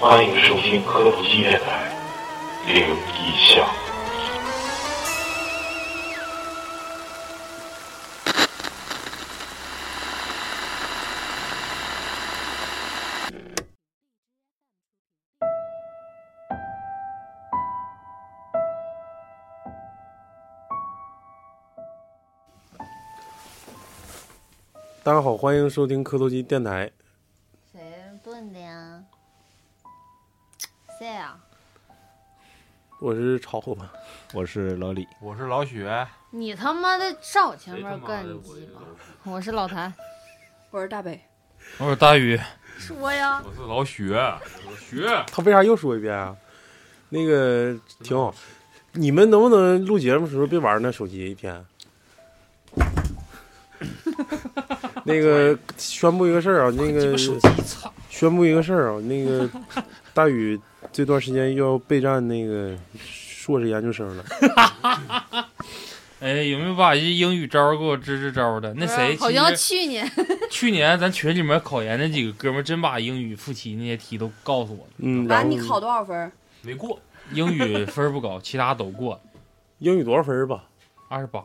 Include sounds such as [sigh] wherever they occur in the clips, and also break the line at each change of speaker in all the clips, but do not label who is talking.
欢迎收听科普纪电台《灵异巷》。
大家好，欢迎收听科多基电台。
谁蹦的呀？谁呀？
我是超伙伴，
我是老李，
我是老雪，
你他妈的上我前面干你鸡巴！我是老谭，
我是大北，
我是大宇，
说呀，
我是老雪，我雪，
[laughs] 他为啥又说一遍啊？那个挺好，你们能不能录节目时候别玩那手机一天？ [laughs] 那个宣布一个事儿啊，那个宣布一个事儿啊，那个大宇这段时间要备战那个硕士研究生了。
哎，有没有把这英语招给我支支招的？那谁，
啊好像去年
去年咱群里面考研那几个哥们儿，真把英语复习那些题都告诉我了。
[laughs] 嗯，然
完
后
啊你考多少分？
没过，
英语分儿不高，其他都过， [laughs]
英语多少分儿吧？
二十八。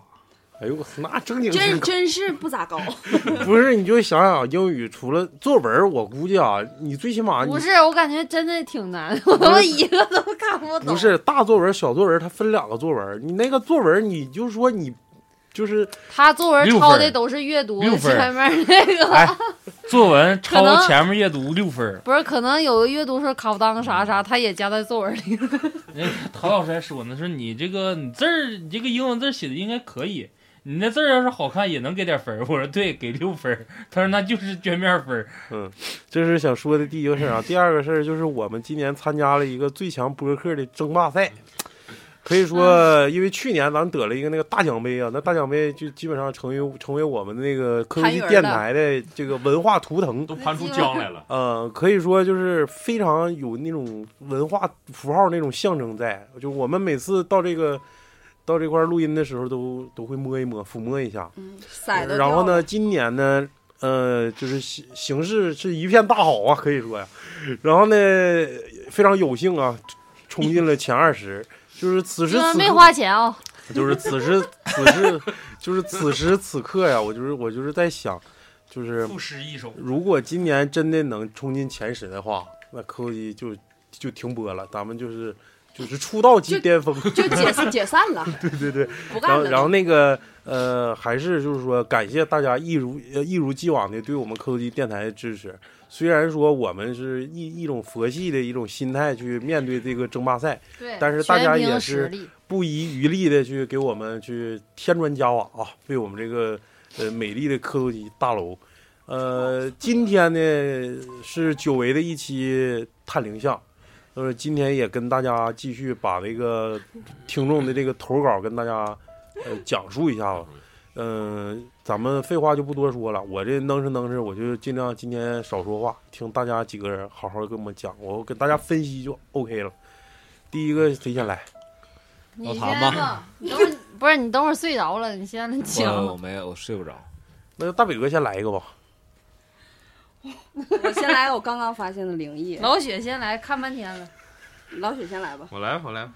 哎呦，我那正经
真
是
真是不咋高。
[laughs] 不是？你就想想英语，除了作文儿，我估计啊，你最起码你
不是，我感觉真的挺难，我他妈一个都看不懂。
不，是大作文、小作文，它分两个作文。你那个作文，你就说你就是
他作文
六
抄
分
的都是阅读
六分
前面那个，
哎，作文
啊可
抄
能
前面阅读六分儿。
[laughs] 不是可能有个阅读是考当啥啥，他也加在作文里。
那个陶老师还说呢，说你这个你字儿，你这个英文字儿写的应该可以，你那字儿要是好看也能给点分儿。我说对，给六分儿。他说那就是卷面分儿。
这是想说的第一个事儿啊。第二个事儿就是我们今年参加了一个最强播客的争霸赛，可以说，因为去年咱们得了一个那个大奖杯啊，那大奖杯就基本上成为成为我们那个科技电台的这个文化图腾。
都盘出浆来了。
呃，可以说就是非常有那种文化符号那种象征在。就我们每次到这个到这块儿录音的时候都，都会摸一摸、抚摸一下。
嗯，色都。
然后？呢，今年呢，呃，就是形形势是一片大好啊，可以说呀。然后呢，非常有幸啊，冲进了前二十。就是此时
你们
此
没
刻，
花钱啊？
就是此时此时，就是此时此刻呀，我就是我就是在想，就是
赋诗一首，
如果今年真的能冲进前十的话，那科技就就停播了，咱们就是就是出道即
就
巅峰。
就解解散了，
[laughs] 对对对。
不
然
干
后，
了。
然后那个呃，还是就是说，感谢大家一如呃一如既往的对我们科技电台的支持。虽然说我们是一一种佛系的一种心态去面对这个争霸赛，
对，
但是大家
全
也
凭
是
实力。
不遗余力的去给我们去添砖加瓦啊，为我们这个呃美丽的科多基大楼。呃，今天呢是久违的一期探灵像，呃，今天也跟大家继续把这个听众的这个投稿跟大家呃讲述一下吧。嗯、咱们废话就不多说了，我这能是能是，我就尽量今天少说话，听大家几个人好好跟我们讲，我给大家分析就 OK 了。第一个谁先来？
你
老
先
谭吧
吧，你等会儿不是你等会儿睡着了，你先
我我
讲。
没有，我睡不着。
那大伟哥先来一个吧。
我先来，我刚刚发现的灵异。
老雪先来看半天了，
老雪先来吧。
我来，我来，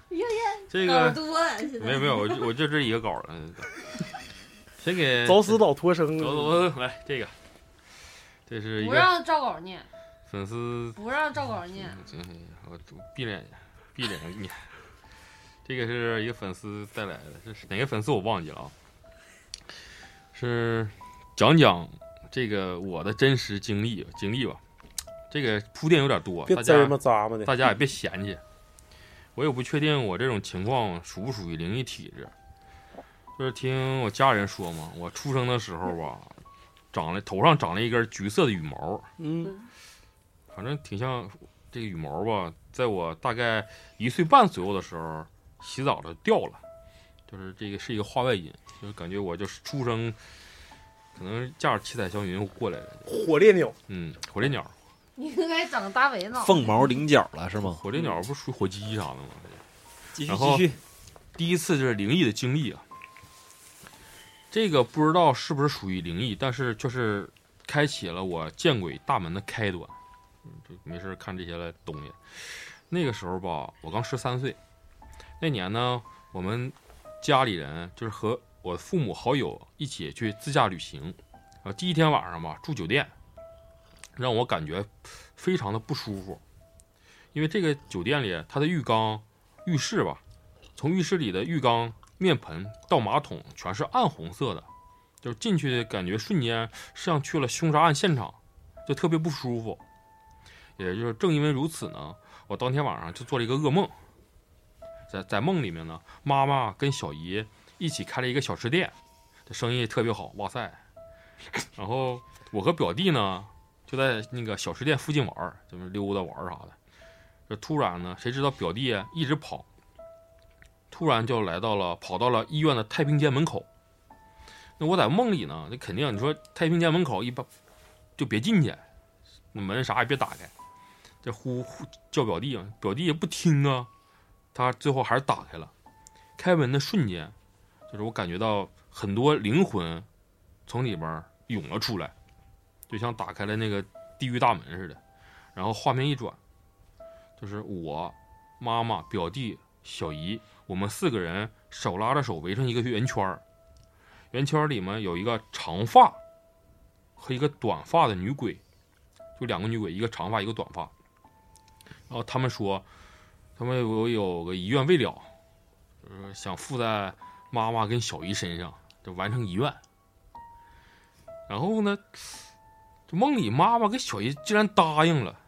这
耳
个
朵了现在
没有没有，我就我就 [laughs] 这一个稿儿了。谁给？
早死早脱生。
走走走，来这个，这是一
不
个
让照稿念，
粉丝
不让照稿念。
行行行，我闭着眼睛，闭着眼睛念。这个是一个粉丝带来的，这是哪个粉丝我忘记了啊？是讲讲这个我的真实经历经历吧。这个铺垫有点多，
别
大
栽
家
嘛咂嘛的。
大家也别嫌弃。我也不确定我这种情况属不属于灵异体质，就是听我家人说嘛，我出生的时候吧，长了头上长了一根橘色的羽毛，
嗯
反正挺像这个羽毛吧，在我大概一岁半左右的时候，洗澡的掉了，就是这个是一个话外音，就是感觉我就是出生，可能驾着七彩祥云过来的，
火烈鸟，
嗯，火烈鸟，
你应该整大围脑。
凤毛麟角了是吗？
火烈鸟不属于火鸡啥的吗？
继
然后，第一次就是灵异的经历啊，这个不知道是不是属于灵异，但是就是开启了我见鬼大门的开端。就没事儿看这些了东西。那个时候吧，我刚十三岁，那年呢，我们家里人就是和我父母好友一起去自驾旅行，啊，第一天晚上吧住酒店，让我感觉非常的不舒服，因为这个酒店里它的浴缸、浴室吧，从浴室里的浴缸、面盆到马桶全是暗红色的，就是进去感觉瞬间像去了凶杀案现场，就特别不舒服。也就是正因为如此呢，我当天晚上就做了一个噩梦，在在梦里面呢，妈妈跟小姨一起开了一个小吃店，这生意特别好，哇塞！然后我和表弟呢就在那个小吃店附近玩儿，就是溜达玩儿啥的。这突然呢，谁知道表弟啊一直跑，突然就来到了跑到了医院的太平间门口。那我在梦里呢，那肯定你说太平间门口一般就别进去，那门啥也别打开。这呼呼叫表弟啊，表弟也不听啊，他最后还是打开了。开门的瞬间，就是我感觉到很多灵魂从里边儿涌了出来，就像打开了那个地狱大门似的。然后画面一转，就是我、妈妈、表弟、小姨，我们四个人手拉着手围成一个圆圈儿，圆圈儿里面有一个长发和一个短发的女鬼，就两个女鬼，一个长发，一个短发。然后他们说，他们我有个遗愿未了，就是想附在妈妈跟小姨身上，就完成遗愿。然后呢，这梦里妈妈跟小姨竟然答应了，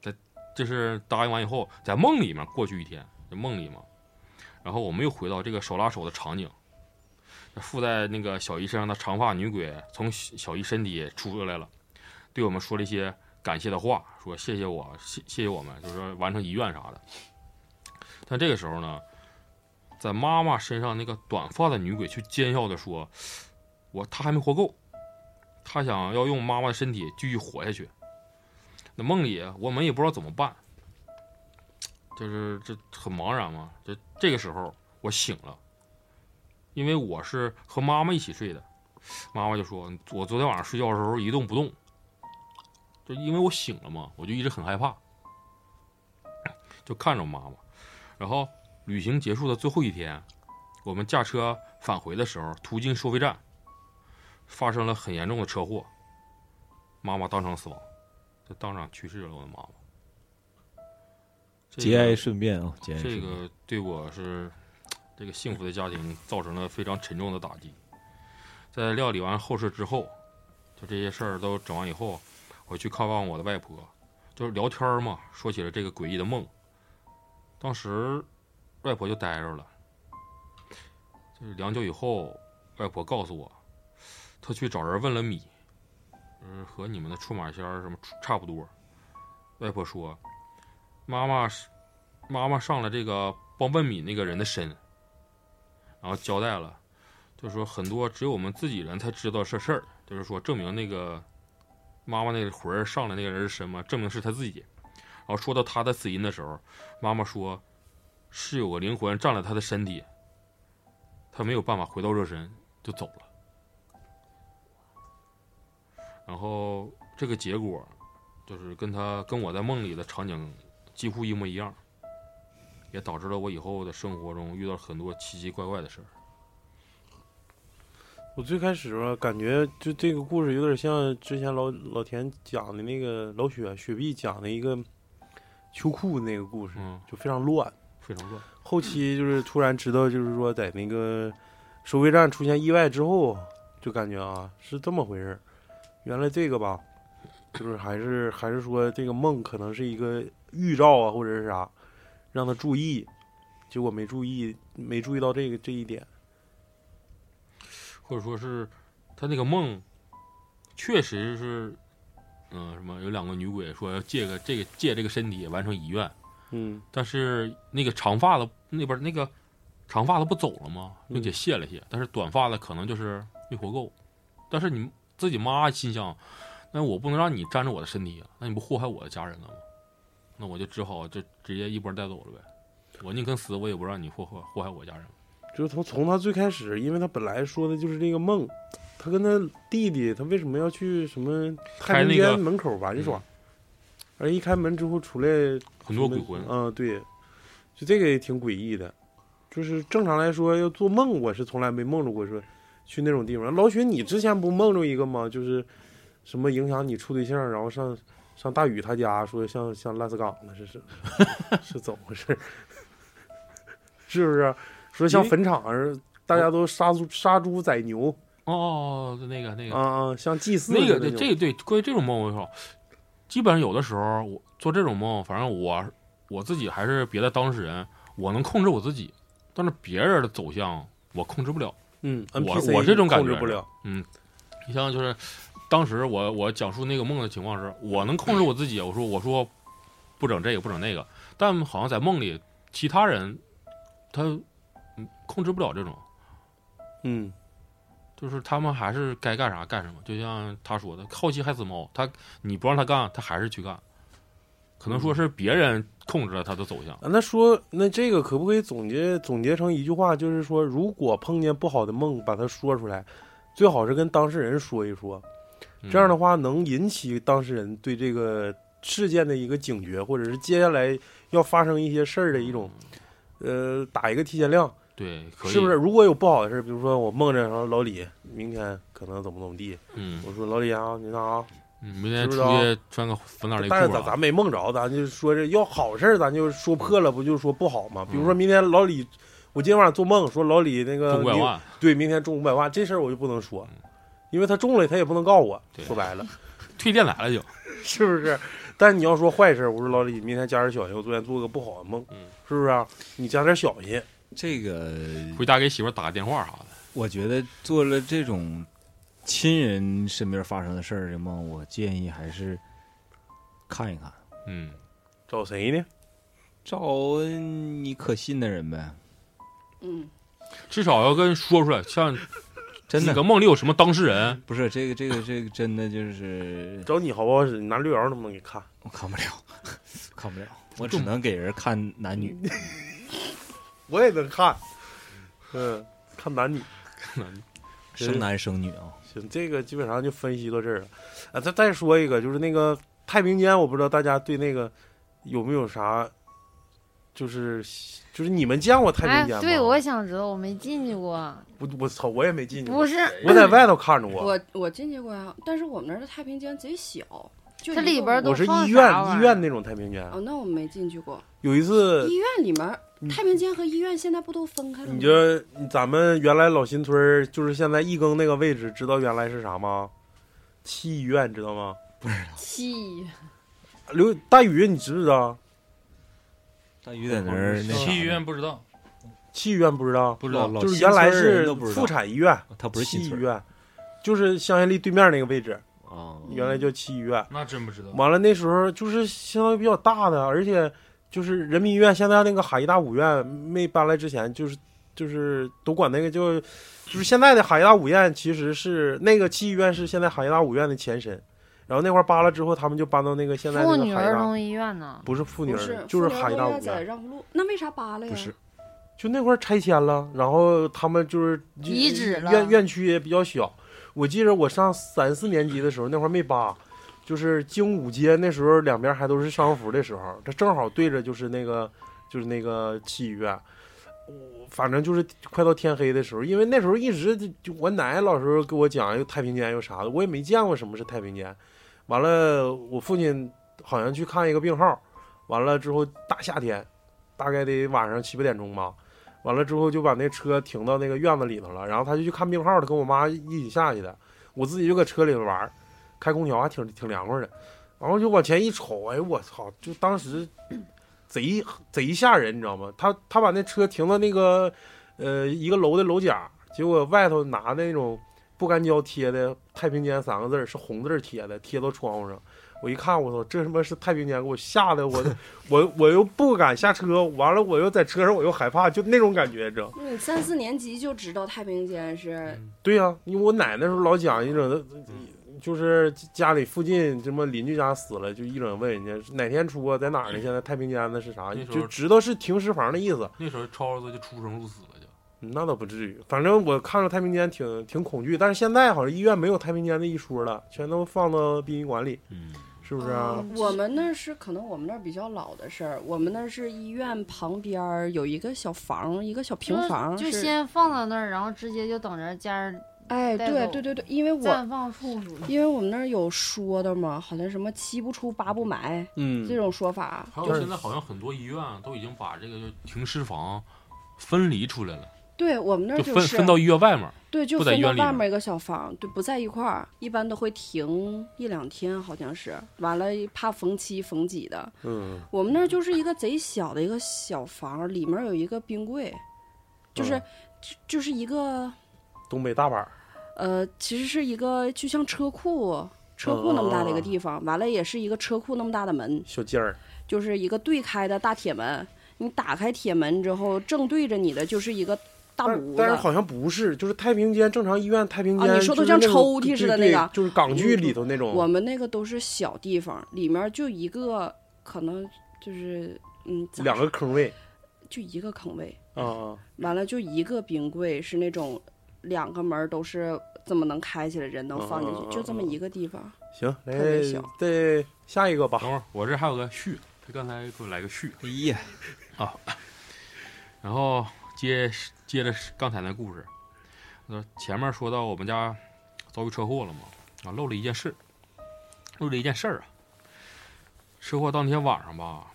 在就是答应完以后，在梦里面过去一天，这梦里嘛，然后我们又回到这个手拉手的场景。这附在那个小姨身上的长发女鬼从小小姨身体出来了，对我们说了一些感谢的话，说谢谢我，谢谢谢我们，就是说完成遗愿啥的。但这个时候呢，在妈妈身上那个短发的女鬼却尖笑的说：“我她还没活够，她想要用妈妈的身体继续活下去。”那梦里我们也不知道怎么办，就是这很茫然嘛。就这个时候我醒了，因为我是和妈妈一起睡的，妈妈就说：“我昨天晚上睡觉的时候一动不动。”就因为我醒了嘛，我就一直很害怕，就看着我妈妈。然后旅行结束的最后一天，我们驾车返回的时候，途经收费站，发生了很严重的车祸，妈妈当场死亡，就当场去世了。我的妈妈，这
节
个
哀顺变啊，节哀顺
这
变。
个对我是这个幸福的家庭造成了非常沉重的打击。在料理完后事之后，就这些事儿都整完以后，我去看望我的外婆，就是聊天儿嘛，说起了这个诡异的梦。当时外婆就呆着了，就是良久以后，外婆告诉我，她去找人问了米，就是呃和你们的出马仙儿什么差不多。外婆说，妈妈是妈妈上了这个帮问米那个人的身，然后交代了，就是说很多只有我们自己人才知道这事儿，就是说证明那个妈妈那个魂儿上来那个人是什么，证明是他自己。然后说到他的死因的时候，妈妈说是有个灵魂占了他的身体，他没有办法回到热身，就走了。然后这个结果就是跟他跟我在梦里的场景几乎一模一样。也导致了我以后的生活中遇到很多奇奇怪怪的事儿。
我最开始吧，感觉就这个故事有点像之前老老田讲的那个老雪雪碧讲的一个秋裤那个故事，
嗯，
就非常乱。
非常乱。
后期就是突然知道，就是说在那个收费站出现意外之后，就感觉啊是这么回事儿。原来这个吧，就是还是还是说这个梦可能是一个预兆啊，或者是啥，让他注意，结果没注意，没注意到这个这一点。
或者说是他那个梦，确实是，嗯、什么有两个女鬼说要借个这个借这个身体完成遗愿，
嗯，
但是那个长发的那边那个长发的不走了吗？
嗯
并且谢了谢，但是短发的可能就是没活够。但是你自己妈心想，那我不能让你占着我的身体啊，那你不祸害我的家人了吗？那我就只好就直接一波带走了呗。我宁肯死，我也不让你祸害祸害我家人。
就是从从他最开始，因为他本来说的就是这个梦，他跟他弟弟，他为什么要去什么太
开
平
那个嗯
间门口玩耍？而一开门之后出来
很多鬼魂
啊、对，就这个也挺诡异的。就是正常来说，要做梦，我是从来没梦着过说去那种地方。老许，你之前不梦着一个吗？就是什么影响你处对象，然后上上大宇他家说像像烂死岗了，这是
[laughs]
是怎么回事？ [laughs] 是不是？说像
因为
坟场儿，大家都杀猪杀猪宰牛
哦，那个那个
啊啊，像祭祀
那个
似的
对这对关于这种梦我少，基本上有的时候我做这种梦，反正我我自己还是别的当事人，我能控制我自己，但是别人的走向我控制不了。
嗯
我
NPC
我这种感
控制
觉
不了，
你像就是当时我我讲述那个梦的情况是，我能控制我自己，我说我说不整这个不整那个，但好像在梦里其他人他嗯控制不了这种，
嗯
就是他们还是该干啥干什么，就像他说的，好奇害死猫，他你不让他干，他还是去干，可能
嗯
说是别人控制了他的走向。
啊，那说那这个可不可以总结总结成一句话，就是说，如果碰见不好的梦，把它说出来，最好是跟当事人说一说，这样的
话，
话能引起当事人对这个事件的一个警觉，或者是接下来要发生一些事儿的一种，呃，打一个提前量，
嗯对，嗯可以，
是不是？？如果有不好的事儿，比如说我梦着然后老李明天可能怎么怎么地，
嗯，
我说老李啊，你那啊，
你明天
知
出
不知道
去穿个粉色内
但是
裤
咱
啊
咱没梦着，咱就说这要好事儿，咱就说破了，不就说不好吗？比如说明天老李，我今天晚上做梦说老李那个
嗯中五百
明
万，嗯
对，明天中五百万这事儿我就不能说，因为他中了他也不能告我，
对
说白了 [laughs]
退电来了就。
哎是不是？但你要说坏事儿，我说老李，明天加点小心，我昨天做个不好的梦，
嗯
是不是、啊？你加点小心，
这个
回家给媳妇儿打个电话啥的。
我觉得做了这种亲人身边发生的事儿的梦，我建议还是看一看，
嗯，
找谁呢？
找你可信的人呗。
嗯，
至少要跟说出来，像
真
那
的
个梦里有什么当事人，
不是这个这个这个真的就是
找你好不好使？你拿六爻能不能给看？
我看不了， [laughs] 看不了，我只能给人看男 [laughs] 女。
我也能看，嗯，看男
[laughs]
女。
生男生女啊，
行，这个基本上就分析到这儿了。啊，再再说一个，就是那个太平间，我不知道大家对那个有没有啥，就是就是你们见过太
哎
平间吗？，
对，我想知道，我没进去过，
我我操，我也没进去过
不，是
我在外头看着过。
我我进去过呀，但是我们那儿的太平间贼小，就一
它
个
里边
屋
都
我是
放
医院
啥玩意儿
医院那种太平间，
哦，那我没进去过。
有一次
医院里面儿
呃嗯
太平间和医院现在不都分开了吗？
你就咱们原来老新村儿就是现在一更那个位置，知道原来是啥吗？七医院知道吗？
气
刘大宇，你知不知道？
大鱼在那儿那啥
去医院不知道，
七医院不知道，
不知
老
道
老
就是
新
原来
村儿人
是
都不知道
妇产医院，
他不是
七
新
医
村儿
院，就是香榭丽对面那个位置，
啊，
原来叫七医院。
那真不知道。
完了那时候就是相当于比较大的，而且就是人民医院现在那个海医大五院没搬来之前，就是就是都管那个叫，就是现在的海医大五院其实是那个七医院是现在海医大五院的前身，然后那块儿扒了之后，他们就搬到那个现在
妇
那
女
个海医
儿
大。
童医院呢。
不是妇女
不
儿，
是，
就是
妇女儿
海医大
童医
五
院在
院，
让步路，那为啥扒了呀？
不是
就那块儿拆迁了，然后他们就是
遗址了
院院区也比较小。我记着我上三四年级的时候，那会儿没扒，就是经五街那时候两边还都是商服的时候，它正好对着就是那个就是那个七医院。我反正就是快到天黑的时候，因为那时候一直就就我奶奶老时候给我讲又太平间又啥的，我也没见过什么是太平间。完了，我父亲好像去看一个病号，完了之后大夏天，大概得晚上七八点钟吧。完了之后就把那车停到那个院子里头了，然后他就去看病号，他跟我妈一起下去的，我自己就搁车里头玩儿，开空调还挺挺凉快的，然后就往前一瞅，哎呦我操，就当时贼贼吓人，你知道吗？他他把那车停到那个呃一个楼的楼角，结果外头拿那种不干胶贴的“太平间”三个字儿是红字儿贴的，贴到窗户上。我一看，我操，这他妈是太平间，给我吓得我我我又不敢下车，完了我又在车上我又害怕，就那种感觉，你知道？
那你嗯三四年级就知道太平间
[laughs]
是
对呀、因为我奶那时候老讲一整，
嗯
就是家里附近什么邻居家死了，就一整问人家哪天出啊，在哪儿呢？现在太平间的是啥？
那时候
就知道是停尸房的意思。
那时候超儿子就出生入死了就。
嗯那倒不至于，反正我看着太平间挺挺恐惧，但是现在好像医院没有太平间的一说了，全都放到殡仪馆里，
嗯，
是不是啊？
嗯
我们那儿是可能我们那儿比较老的事儿，我们那儿是医院旁边儿有一个小房儿，一个小平房，
哦就是先放到那儿，然后直接就等着家人
哎，
带
对
走
对对对，因为我
绽放处属于。
因为我们那儿有说的嘛，好像什么七不出八不埋
嗯
这种说法，
还有
就是
现在好像很多医院啊都已经把这个停尸房分离出来了，
对我们那儿
就分
是
分到医院外面。
对，就
不在
分
医
到
院里
外
面
面一个小房，对，不在一块儿，一般都会停一两天，好像是。完了，怕逢七逢几的，
嗯，
我们那儿就是一个贼小的一个小房，里面有一个冰柜，就是、
嗯
就就是一个
东北大板儿，
呃，其实是一个就像车库。车
嗯
库那么大的一个地方，完了也是一个车库那么大的门，
小尖儿，
就是一个对开的大铁门。你打开铁门之后，正对着你的就是一个大
但
炉子。
但是好像不是，就是太平间正常医院太平间，
啊你说都
就是那种
像抽屉似的
对对
那个
就是港剧里头那种。
我们那个都是小地方，里面就一个，可能就是嗯，咋
两个
说
坑位
就一个坑位，
啊啊，
完了就一个冰柜，是那种两个门儿都是怎么能开起来人能放进
嗯嗯嗯嗯
去，就这么一个地方。
行，来
特别小
再下一个吧
等。会儿我这还有个序，他刚才给我来个序，
哎呀，
然后接接着刚才那故事，那前面说到我们家遭遇车祸了嘛，啊，漏了一件事，漏了一件事儿啊。车祸当天晚上吧，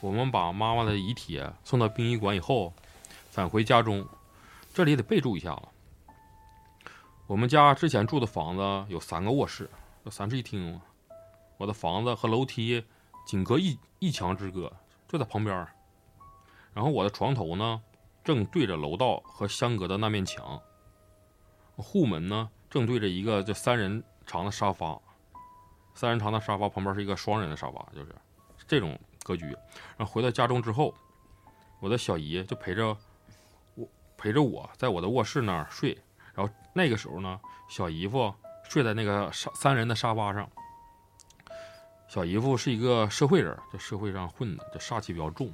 我们把妈妈的遗体啊送到殡仪馆以后，返回家中，这里得备注一下了。我们家之前住的房子有三个卧室，有三室一厅，啊我的房子和楼梯仅隔一一墙之隔，就在旁边儿。然后我的床头呢，正对着楼道和相隔的那面墙，户门呢正对着一个就三人长的沙发，三人长的沙发旁边是一个双人的沙发，就是这种格局。然后回到家中之后，我的小姨就陪着我陪着我在我的卧室那儿睡，然后那个时候呢，小姨夫睡在那个沙三人的沙发上。小姨夫是一个社会人，在社会上混的，这煞气比较重。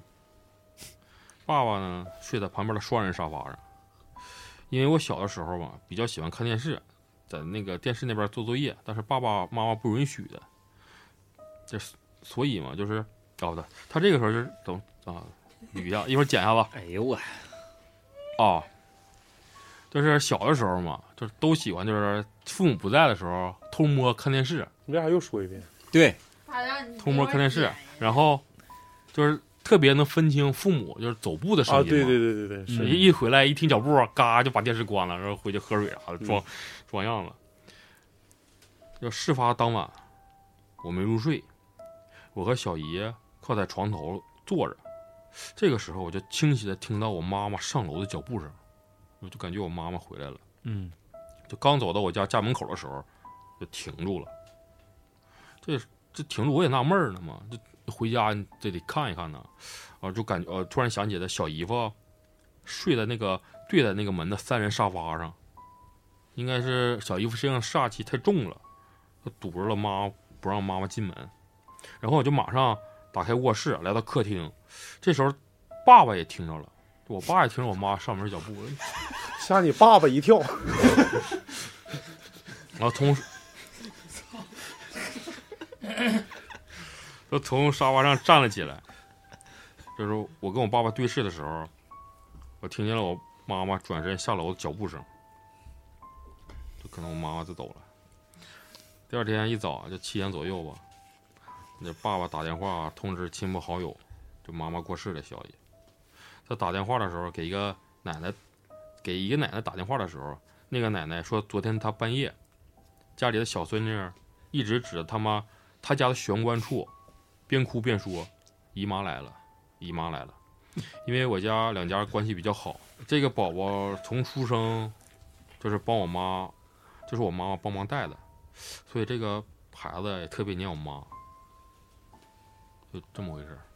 爸爸呢睡在旁边的双人沙发上，因为我小的时候吧，比较喜欢看电视，在那个电视那边做作业，但是爸爸妈妈不允许的，这所以嘛，就是搞的。他这个时候就是等啊，捋一下，一会儿剪一下吧。
哎呦我，
啊，就是小的时候嘛，就是都喜欢就是父母不在的时候偷摸看电视，
你为啥又说一遍？
对，
偷摸看电视，然后就是特别能分清父母就是走步的声音
啊，
嘛。
对对对对对，是
是一回来一听脚步，嘎就把电视关了，然后回去喝水啥的，装、装样子。就事发当晚，我没入睡，我和小姨靠在床头坐着。这个时候，我就清晰的听到我妈妈上楼的脚步声，我就感觉我妈妈回来了。
嗯，
就刚走到我家家门口的时候，就停住了。这这停住我也纳闷儿呢嘛，这回家你这得看一看呢。啊，就感觉呃，突然想起来小姨夫睡在那个对在那个门的三人沙发上，应该是小姨夫身上煞气太重了，就堵着了妈不让妈妈进门。然后我就马上打开卧室，来到客厅。这时候爸爸也听着了，我爸也听着我妈上门脚步了。
吓你爸爸一跳。
然后从，就从沙发上站了起来。这时候我跟我爸爸对视的时候，我听见了我妈妈转身下楼的脚步声，就可能我妈妈就走了。第二天一早就七点左右吧，那爸爸打电话通知亲朋好友，就妈妈过世的消息。他打电话的时候给一个奶奶，给一个奶奶打电话的时候，那个奶奶说昨天她半夜家里的小孙女一直指着他妈他家的玄关处，边哭边说：“姨妈来了，姨妈来了。”因为我家两家关系比较好，这个宝宝从出生就是帮我妈，就是我妈妈帮忙带的，所以这个孩子也特别黏我妈，就这么回事儿。
[laughs]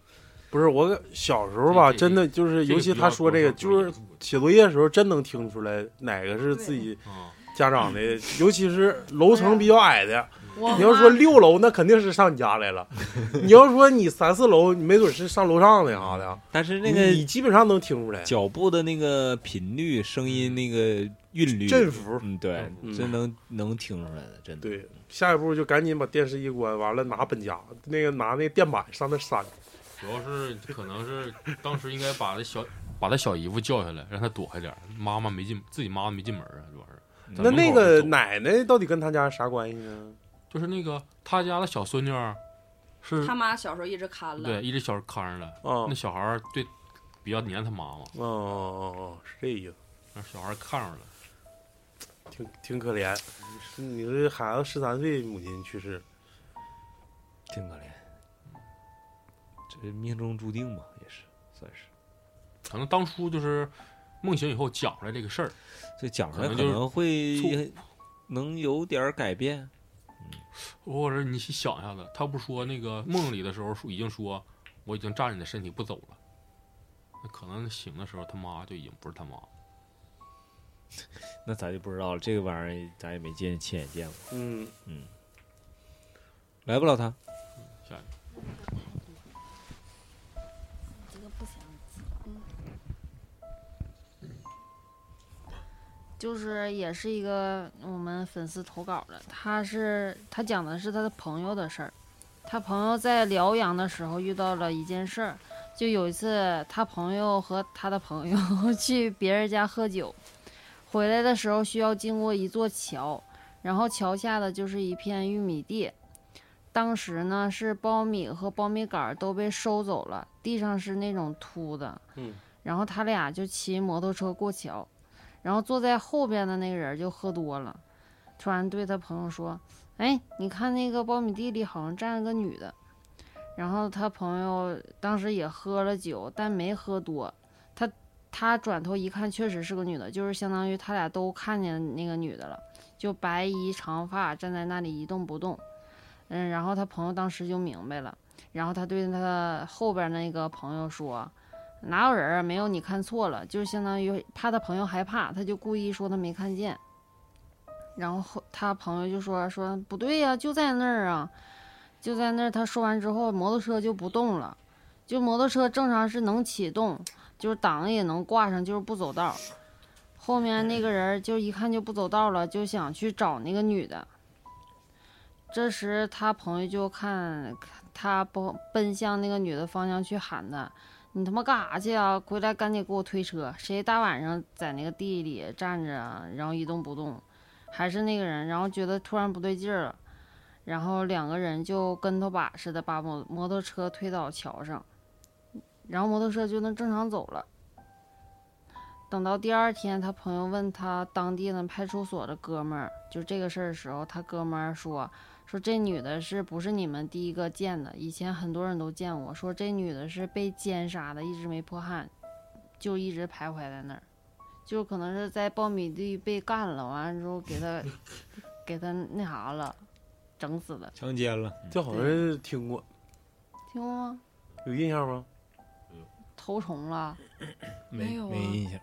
不是我小时候吧，
这这
真的就是，
这个
尤其
比
他
较
说这个，
多
就
少
是
有点严肃
写作业的时候真能听出来哪个是自己
啊，
家长
[laughs]
的，尤其是楼层比较矮
啊
的，
我
你要说
妈
六楼，那肯定是上你家来了；你要说你三四楼，你没准是上楼上的啥的，
但是那
你你
个
基本上能听出来。
脚步的那个频率、声音、那个韵律，
振幅
嗯，对，
嗯
真能能听出来的，真的。
对，下一步就赶紧把电视一关，完了拿本家那个拿那电板上那扇。
主要是可能是当时应该把他小把他小姨夫叫下来，让他躲开点儿。妈妈没进，自己妈妈没进门啊，主要是。
那
在门
那
口
个
走
奶奶到底跟他家啥关系呢？
就是那个他家的小孙女儿是
嗯
他妈小时候一直看了，
对，一直小时候看着的。
啊
那小孩儿对比较黏他妈妈，
哦哦哦，是这意思，
让小孩儿看着了。
挺挺可怜。你这孩子十三岁，母亲去世，
挺可怜，这命中注定吧，也是算是。
可能当初就是梦醒以后讲出来这个事儿，
这讲出来
可
可
能就是
能会能有点儿改变，
或者你去想一下子，他不说那个梦里的时候说已经说我已经占着你的身体不走了，那可能醒的时候他妈就已经不是他妈了。
那咱就不知道了。这个玩意儿咱也没见亲眼见过。
嗯，
来吧，老谭，
这个不行，嗯，就是也是一个我们粉丝投稿的，他是他讲的是他的朋友的事儿，他朋友在辽阳的时候遇到了一件事儿，就有一次他朋友和他的朋友 [laughs] 去别人家喝酒，回来的时候需要经过一座桥，然后桥下的就是一片玉米地，当时呢是苞米和苞米杆儿都被收走了，地上是那种秃的。
嗯。
然后他俩就骑摩托车过桥，然后坐在后边的那个人就喝多了，突然对他朋友说：“哎，你看那个苞米地里好像站了个女的。”然后他朋友当时也喝了酒，但没喝多。他他转头一看，确实是个女的，就是相当于他俩都看见那个女的了，就白衣长发站在那里一动不动。嗯，然后他朋友当时就明白了，然后他对他后边那个朋友说：“哪有人啊？没有，你看错了。”就是相当于怕他朋友害怕，他就故意说他没看见。然后后他朋友就说：“说不对呀、就在那儿啊，就在那儿。”他说完之后，摩托车就不动了，就摩托车正常是能启动，就是档也能挂上，就是不走道。后面那个人就一看就不走道了，就想去找那个女的。这时他朋友就看他奔奔向那个女的方向去喊他：“你他妈干啥去啊？回来赶紧给我推车！谁大晚上在那个地里站着啊，然后一动不动？”还是那个人，然后觉得突然不对劲儿了，然后两个人就跟头把似的把摩摩托车推到桥上，然后摩托车就能正常走了。等到第二天，他朋友问他当地的派出所的哥们儿，就这个事儿的时候，他哥们儿说：“说这女的是不是你们第一个见的？以前很多人都见过。说这女的是被奸杀的，一直没破案，就一直徘徊在那儿，就可能是在苞米地被干了，完了之后给
[laughs]
她给她那啥了，整死了。
强奸了，
这好像是听过，
听过吗？
有印象吗？
头虫了。
没有啊
没印象。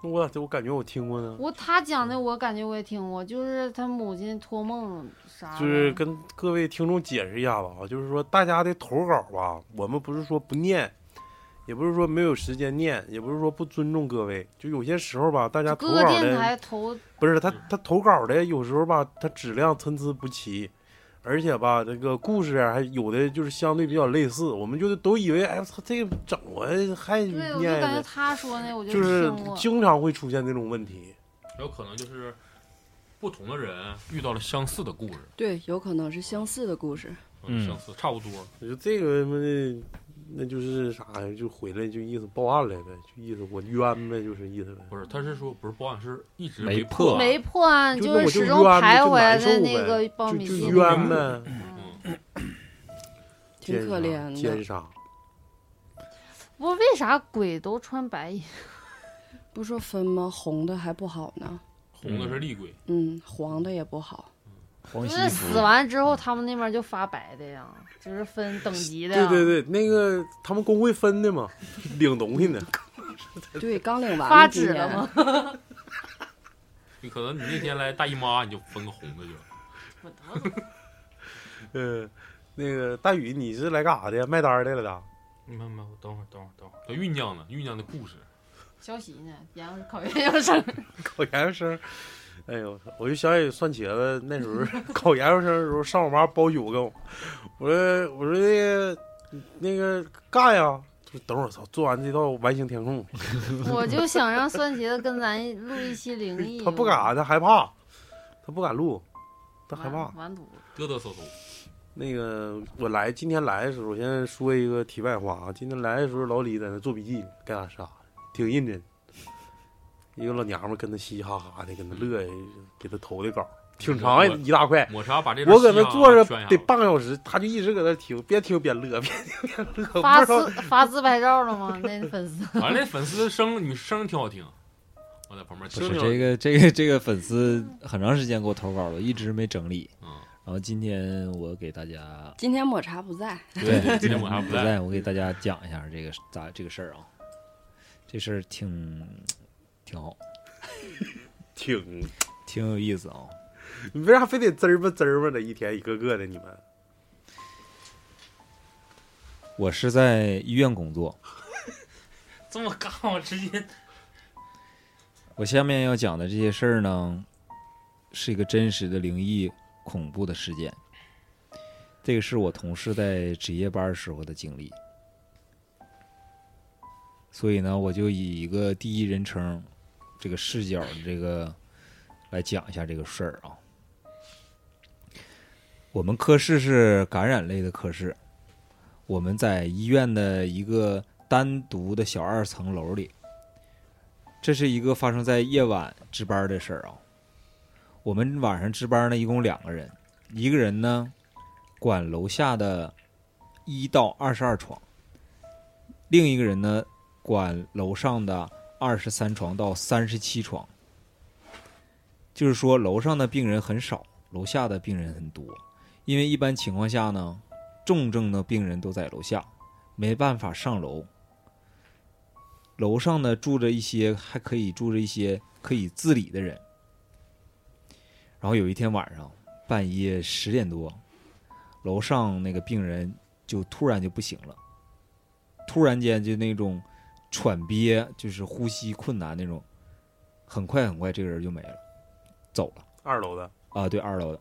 那我咋我感觉我听过呢？
我他讲的，我感觉我也听过，就是他母亲托梦啥的。
就是跟各位听众解释一下吧啊，就是说大家的投稿吧，我们不是说不念，也不是说没有时间念，也不是说不尊重各位，就有些时候吧，大家
就
投
各个
稿
电
的
台投
不是他他投稿的有时候吧，他质量参差不齐，而且吧，这个故事啊还有的就是相对比较类似，我们就都以为哎，他这个整我还
对，我就
念
感觉
呢，
他说那我就
就是
听过。
经常会出现这种问题。
有可能就是不同的人遇到了相似的故事，
对，有可能是相似的故事。
嗯
相似差不多。
我觉得这个他妈的，那就是啥呀？就回来就意思报案来呗，就意思我冤呗，就是意思呗。
不是，他是说不是报案，是一直
没
破
破
案。
没破啊案，
就那
是
我就
始终
冤呗
徘
就
徊
难
在
受
那
呗
个苞米
就
地
就
里。
冤呗，
嗯，
啊挺
奸
可
杀
怜的
奸杀，
不，为啥鬼都穿白衣？
不说分吗？红的还不好呢，
红的是厉鬼，
嗯，黄的也不好。
黄
就
西
是
服
死完之后，他们那边就发白的呀，就是分等级的
对
呀。
对对，那个他们工会分的嘛，
[laughs]
领东西呢。
对，刚领
[laughs]
完
发
今
指了
年
吗？
你可能你那天来大姨妈，你就分个红的就。
我等会儿
嗯，那个大宇，你是来干啥的？卖单儿的了的？
没有没有，等会儿等会儿等会儿，
它酝酿呢，酝酿的故事。
学习呢，研究考研
[laughs]
究生。
考研究生。哎呦，我就想起蒜茄子那时
[laughs]
候考研究生的时候，上我妈包宿跟我，我说我说那个那个干呀，就等会儿操，做完这道完形填空，
我就想让蒜茄子跟咱录一期灵异，
他不敢，他害怕，他不敢录，他害怕
完。完犊子。
嘚嘚瑟瑟，
那个我来今天来的时候，我先说一个题外话啊。今天来的时候，老李在那做笔记，干啥啥，挺认真。一个老娘们跟他嘻嘻哈哈的，跟他乐呀，给他投的稿，挺长一一大块。
抹茶把这啊
我搁那坐着得
得
半个小时，他就一直搁那听，边听边乐，边听边乐。
发
我不知道
自发自拍照了吗？那粉丝
完了，那粉丝声女声挺好听，我在旁边
不
听
是
着。
这个这个这个粉丝很长时间给我投稿了，一直没整理。
嗯，
然后今天我给大家
今天抹茶不在，
对，
今天晚上不
嗯不
在，
在，我给大家讲一下这个咋这个事儿啊，这事儿挺挺好，
挺，
挺有意思啊。
你为啥非得滋儿吧滋儿吧的？一天一个个的，你们
我是在医院工作，
这么尬，我直接
我下面要讲的这些事儿呢，是一个真实的灵异恐怖的事件。这个是我同事在值夜班时候的经历，所以呢，我就以一个第一人称这个视角的这个来讲一下这个事儿啊。我们科室是感染类的科室，我们在医院的一个单独的小二层楼里，这是一个发生在夜晚值班的事儿啊。我们晚上值班呢，一共两个人，一个人呢管楼下的一到二十二床，另一个人呢管楼上的二十三床到三十七床。就是说，楼上的病人很少，楼下的病人很多，因为一般情况下呢，重症的病人都在楼下，没办法上楼，楼上呢住着一些还可以住着一些可以自理的人。然后有一天晚上半夜十点多，楼上那个病人就突然就不行了，突然间就那种喘憋，就是呼吸困难那种，很快很快这个人就没了，走了
二楼的
啊，对，二楼的。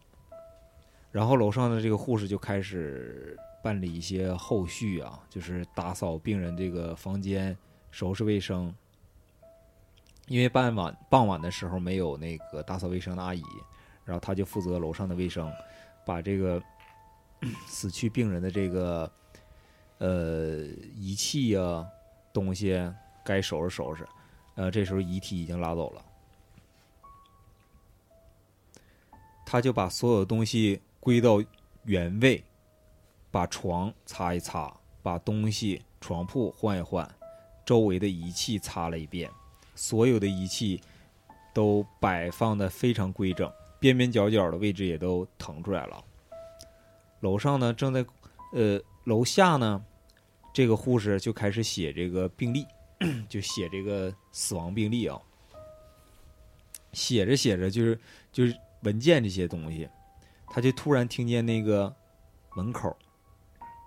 然后楼上的这个护士就开始办理一些后续啊，就是打扫病人这个房间，收拾卫生。因为傍晚傍晚的时候没有那个打扫卫生的阿姨，然后她就负责楼上的卫生，把这个 [clears throat] 咳死去病人的这个呃仪器呀、东西该收拾收拾。呃，这时候遗体已经拉走了，他就把所有东西归到原位，把床擦一擦，把东西床铺换一换，周围的仪器擦了一遍，所有的仪器都摆放的非常规整，边边角角的位置也都腾出来了。楼上呢，正在呃楼下呢，这个护士就开始写这个病历， [coughs] 就写这个死亡病历啊。写着写着就是就是文件这些东西，他就突然听见那个门口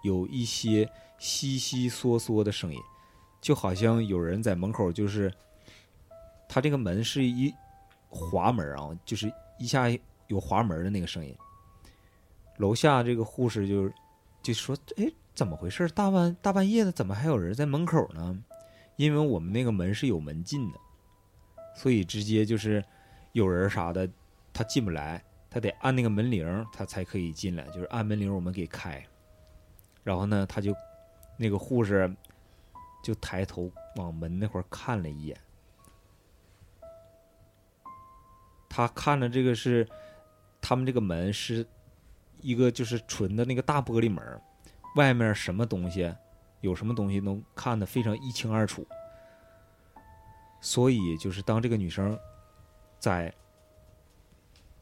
有一些悉悉嗦嗦的声音，就好像有人在门口，就是他这个门是一滑门啊，就是一下有滑门的那个声音。楼下这个护士就就说：“哎，怎么回事？大半大半夜的，怎么还有人在门口呢？因为我们那个门是有门禁的，所以直接就是有人啥的他进不来，他得按那个门铃儿，他才可以进来，就是按门铃儿我们给开。然后呢，他就那个护士就抬头往门那块儿看了一眼，他看的这个是他们这个门是一个就是纯的那个大玻璃门儿，外面什么东西有什么东西能看得非常一清二楚。所以就是当这个女生在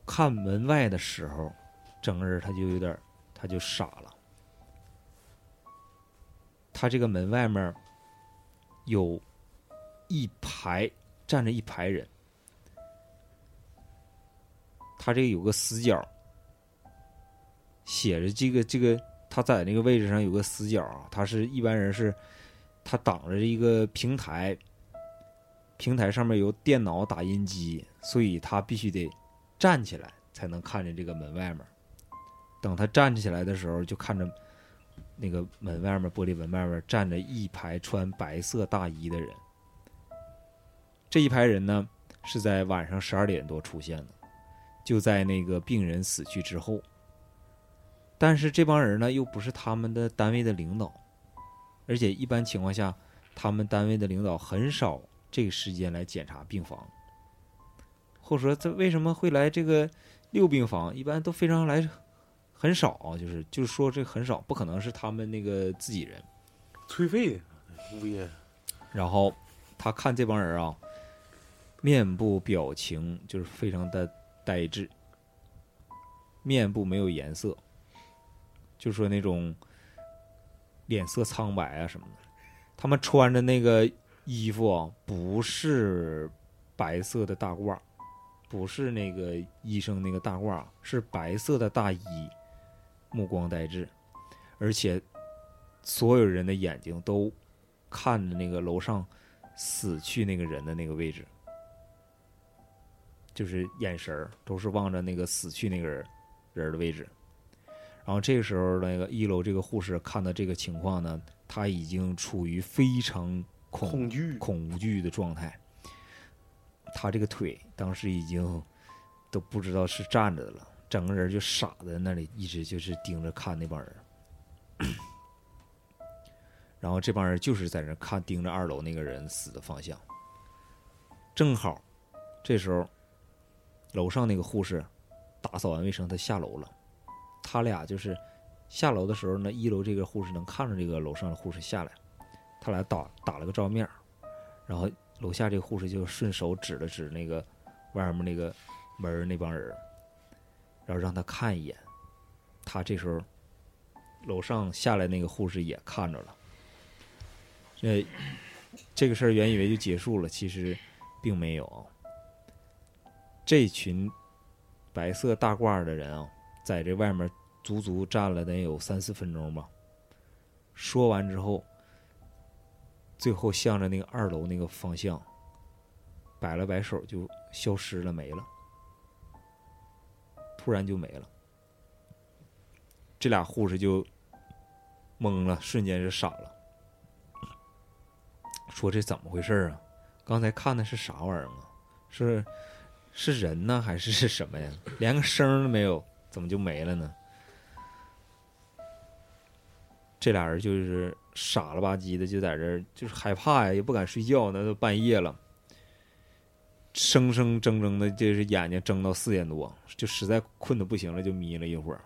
看门外的时候，整个人他就有点儿，他就傻了。他这个门外面儿有一排站着一排人，它这个有个死角，写着这个这个，它在那个位置上有个死角啊，它是一般人是它挡着一个平台，平台上面有电脑打印机，所以他必须得站起来才能看见这个门外面。等他站起来的时候，就看着那个门外面玻璃门外面站着一排穿白色大衣的人。这一排人呢，是在晚上十二点多出现的，就在那个病人死去之后。但是这帮人呢，又不是他们的单位的领导，而且一般情况下，他们单位的领导很少这个时间来检查病房。或者说，这为什么会来这个六病房？一般都非常来很少啊，就是就是说这很少，不可能是他们那个自己人。
催费的物业，
然后他看这帮人啊，面部表情就是非常的呆滞，面部没有颜色，就说那种脸色苍白啊什么的。他们穿着那个衣服啊，不是白色的大褂，不是那个医生那个大褂，是白色的大衣，目光呆滞，而且所有人的眼睛都看着那个楼上死去那个人的那个位置，就是眼神儿都是望着那个死去那个人人儿的位置。然后这个时候，那个一楼这个护士看到这个情况呢，他已经处于非常恐
恐惧，
恐惧的状态。他这个腿当时已经都不知道是站着的了，整个人就傻在那里，一直就是盯着看那帮人。然后这帮人就是在那看盯着二楼那个人死的方向。正好这时候，楼上那个护士打扫完卫生，她下楼了。他俩就是下楼的时候呢，一楼这个护士能看着这个楼上的护士下来，他俩打打了个照面儿，然后楼下这个护士就顺手指了指那个外面那个门儿那帮人儿，然后让他看一眼。他这时候楼上下来那个护士也看着了，这呃这个事儿原以为就结束了，其实并没有。这群白色大褂儿的人啊，在这外面足足站了得有三四分钟吧。说完之后，最后向着那个二楼那个方向摆了摆手，就消失了，没了，突然就没了。这俩护士就懵了，瞬间就傻了，说这怎么回事儿啊？刚才看的是啥玩意儿啊？是是人呢，还是是 [laughs] 什么呀？连个声儿都没有。怎么就没了呢？这俩人就是傻了吧唧的，就在这儿就是害怕呀，也不敢睡觉，那都半夜了，生生怔怔的，就是眼睛睁到四点多，就实在困的不行了，就眯了一会儿。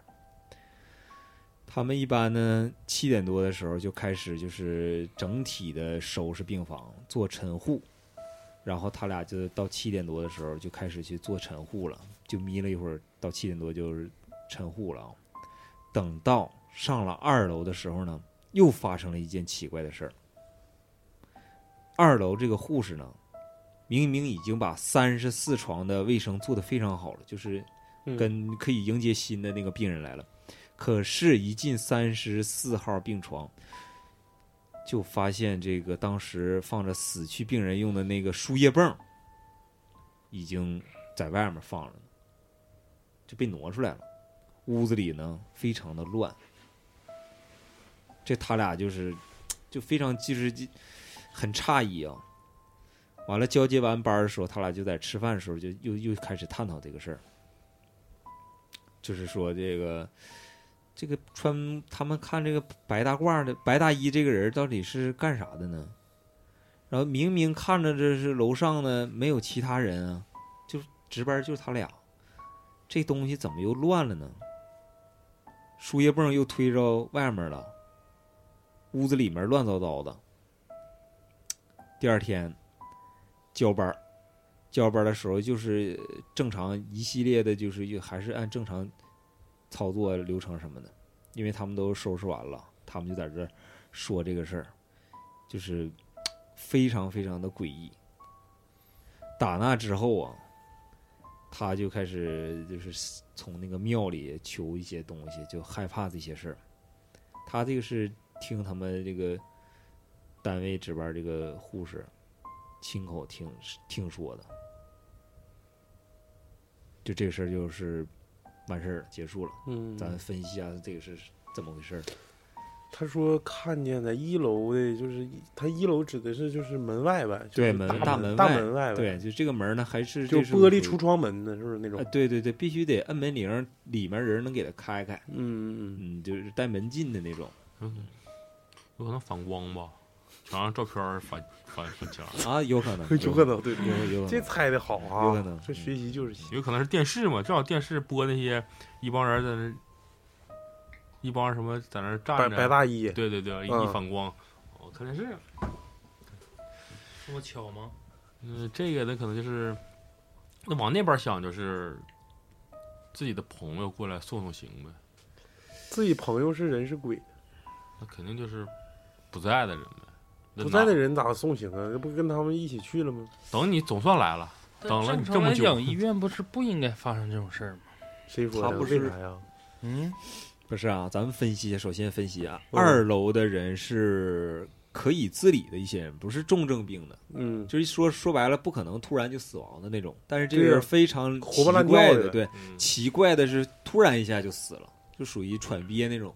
他们一般呢，七点多的时候就开始就是整体的收拾病房，做晨护，然后他俩就到七点多的时候就开始去做晨护了，就眯了一会儿，到七点多就是晨护了啊。等到上了二楼的时候呢，又发生了一件奇怪的事儿。二楼这个护士呢，明明已经把三十四床的卫生做得非常好了，就是
嗯
跟可以迎接新的那个病人来了，可是，一进三十四号病床。就发现这个当时放着死去病人用的那个输液泵，已经在外面放着呢，就被挪出来了。屋子里呢非常的乱，这他俩就是就非常就是很诧异啊。完了交接完班儿的时候，他俩就在吃饭的时候就又又开始探讨这个事儿，就是说这个这个穿他们看这个白大褂儿的白大衣这个人到底是干啥的呢？然后明明看着这是楼上呢没有其他人啊，就值班就他俩，这东西怎么又乱了呢？输液泵又推到外面了，屋子里面乱糟糟的。第二天交班儿交班儿的时候就是正常一系列的，就是又还是按正常操作流程什么的，因为他们都收拾完了，他们就在这儿说这个事儿，就是非常非常的诡异。打那之后啊，他就开始就是从那个庙里求一些东西，就害怕这些事儿。他这个是听他们这个单位值班这个护士亲口听听说的，就这个事儿就是完事儿了，结束了。
嗯，
咱分析一下这个是怎么回事儿。
他说看见在一楼的，就是一他一楼指的是就是门外呗，就是
对门
大
大门
大
外
门外呗，，
对，就这个门儿呢，还是
就
这是
玻璃
属于
橱窗门的，是不是那种
啊，？对对对，必须得摁门铃儿，里面人能给他开开，
嗯嗯，
嗯，就是带门禁的那种
嗯有可能反光吧，全让照片儿反反反墙，
啊，有可能
嗯， [laughs] 有可，能对，
有有可
这
能，
猜的好啊，
有可能嗯
这学习就是行。
有可能是电视嘛，正好电视播那些一帮人在那，一帮人什么在那儿
白
站着，
白大衣，
对对对，一
嗯
反光，哦我看电视，
这么巧吗？
嗯，这个呢可能就是，那往那边想就是自己的朋友过来送送行呗，
自己朋友是人是鬼，
那肯定就是不在的人呗，那
不在的
哪
人咋送行啊？这不跟他们一起去了吗？
等你总算来了， [laughs] 等了
正
你
常
这么
来
久
讲，医院不是不应该发生这种事儿吗？
谁说
他
的？
不
为
是
啥呀？
嗯，
不是啊，咱们分析一下，首先分析啊，
嗯
二楼的人是可以自理的一些人，不是重症病的，
嗯，
就是说说白了，不可能突然就死亡的那种，但是这个
对呀
人非常
活
奇
蹦乱跳
怪
的
的，对，
嗯
奇怪的是突然一下就死了，就属于喘憋那种。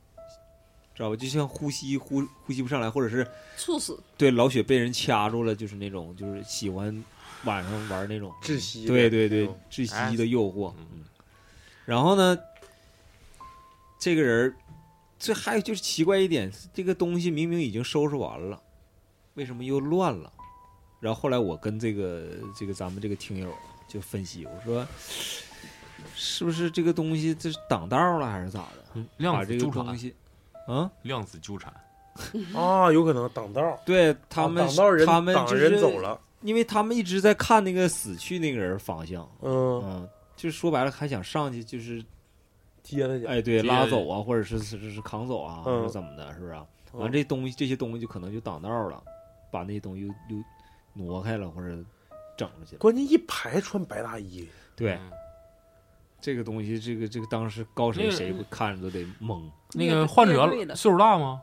知道吧？就像呼吸呼呼吸不上来，或者是
猝死，
对老雪被人掐住了，就是那种，就是喜欢晚上玩那种
窒息的
对对对
那种，哎
窒息的诱惑。
嗯
然后呢，这个人儿，这还有就是奇怪一点，这个东西明明已经收拾完了，为什么又乱了？然后后来我跟这个这个咱们这个听友就分析，我说是不是这个东西这是挡道了还是咋的？
嗯
把
量
这
子
个
纠
东
缠，
西，啊，
量子纠缠，
啊，有可能挡道，
对他们
啊挡道人，
他们
挡
就是
人走了，
因为他们一直在看那个死去那个人方向，
嗯，
嗯，就说白了还想上去，就是
接他去，
哎对
接
拉走啊，或者是是是是扛走啊，
嗯
或者怎么的，是不是啊？
嗯
完这东西这些东西就可能就挡道了，把那些东西又又挪开了或者整出去了。
关键一排穿白大衣，
对，
嗯
这个东西，这个这个当时高谁
那个
谁不看着都得懵，
那
列
个
队
患
列
者
队的
岁数大吗？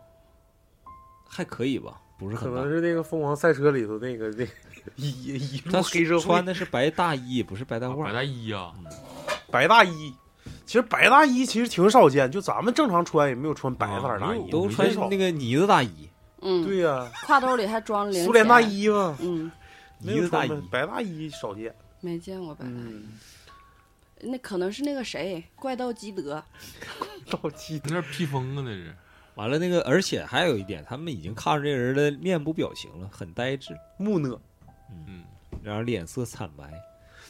还可以吧，不是
可
很
能
大。
是那个《疯狂赛车》里头那个
[laughs]
那一一路
他
黑社
穿
会
的是白大衣，不是白大
啊
褂
白
儿。
大衣啊，
白大衣。其实白大衣其实挺少见，就咱们正常穿也没有穿白色儿大
啊没
衣，
有
都
很
穿
少
那个呢子大衣，
嗯，
对呀、
挎兜里还装零
苏联大
钱，
衣嘛，
嗯，
没
呢
有
子大
穿
衣
白，白大衣少见。
没见过白大衣，
[laughs] 嗯，
那可能是那个谁，怪盗基德，
到期
那是披风啊，那是。
完了那个，而且还有一点，他们已经看着这个人的面部表情了，很呆滞，
木讷，
嗯，
然后脸色惨白，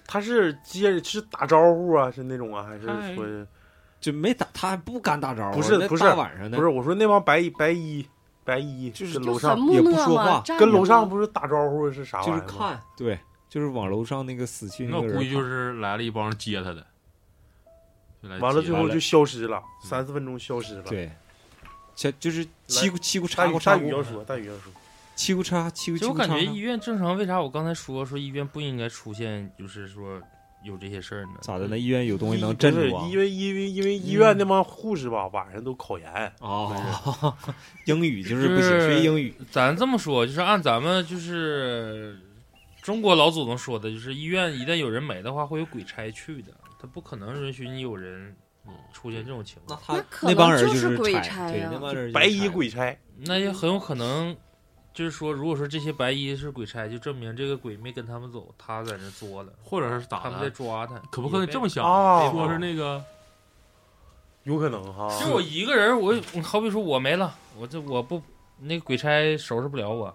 他是接是打招呼啊，是那种啊，还是
嗨
说是
就没打，他还不敢打招呼，
不是
那
不是
大晚上的，
不是？我说那帮白衣白衣白衣
就是
跟
就
楼
很
上
木
也不
讷
说
嘛
话，
站
跟
着
楼
嘛
上不是打招呼是啥玩意
就
儿
是
吗？
看，对，就是往楼上那个死去
那
个人
估计就
看
是来了一帮人接他的，就来
完了
接
最后
完
就消失了，
嗯
三四分钟消失了。
对，这就是七咕七咕
大
叉咕
宇
叉
大宇要
咕，
说，大宇要说，
七咕叉七咕
其实
七
我
咕
感
叉
觉
咕。
医院正常，为啥我刚才说说医院不应该出现，就是说有这些事儿呢？
咋的呢？医院有东西
不
能
是
镇住啊？
因为因为因为医院那帮护士吧，晚上都考研，
啊， [laughs] 英语就是
就是
不行，学英语
咱这么说，就是按咱们就是中国老祖宗说的，就是医院一旦有人没的话，会有鬼差去的，他不可能允许你有人
嗯
出现这种情
那
况。
他
可
那
能
帮人
就是是鬼
差，
差
对，
呀
那帮人就是
白衣
差
鬼差，
那也很有可能，就是说，如果说这些白衣是鬼差，就证明这个鬼没跟他们走，他在那作了，
或者是
他
咋
们在
的？
抓他。
可不可以这么想？
哦
说是那个
有可能哈。
就是我一个人，我我好比说我没了，我这我不那个鬼差收拾不了我，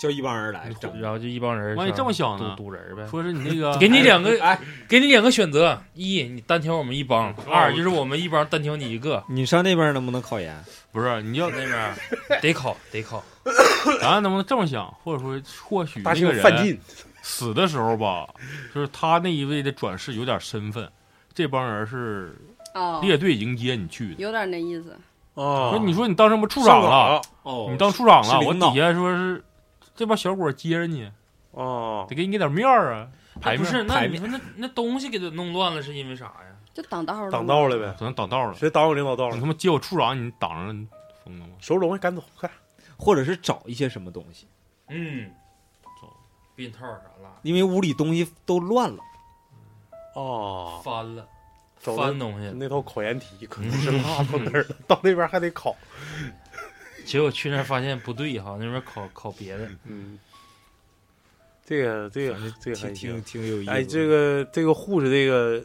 叫一帮人来整。
然后就一帮人
哎万一这么想呢
堵堵人呗。
说是你那个
[laughs] 给你两个，
哎
给你两个选择：一，你单挑我们一帮
嗯；
二，就是我们一帮单挑你一个。
你上那边能不能考研？
不是你要
那边儿得考，得考。
咱能不能这么想？或者说或许
大
那
兴
个
范
人
进，
死的时候吧，就是他那一位的转世有点身份，这帮人是
哦，
列队迎接你去的。
有点那意思，
啊
说你说你当什么处长了？
哦
你当处长
是
了，我
领导
底下说是这帮小伙接着你，
啊
得给你给点面儿啊。排
不
面
是，那
排
你说
面
那那东西给他弄乱了是因为啥呀？
就挡道了，
挡道了呗，
可能挡道了。
谁挡我领导道
你
了？
他妈接我处长，你挡上了，你疯了吗？
收拾东西赶走，快！
或者是找一些什么东西，
嗯
走，
避孕套啥拉
因为屋里东西都乱了。
哦，
翻了，
走了
翻东西了。
那套考研题可是大风儿，到那边还得考。
结果去那儿发现不对哈，那边考考别的，
[laughs] 嗯，这个这个这个
挺
还
挺
行。
挺有意思的。
哎，这个这个护士，这个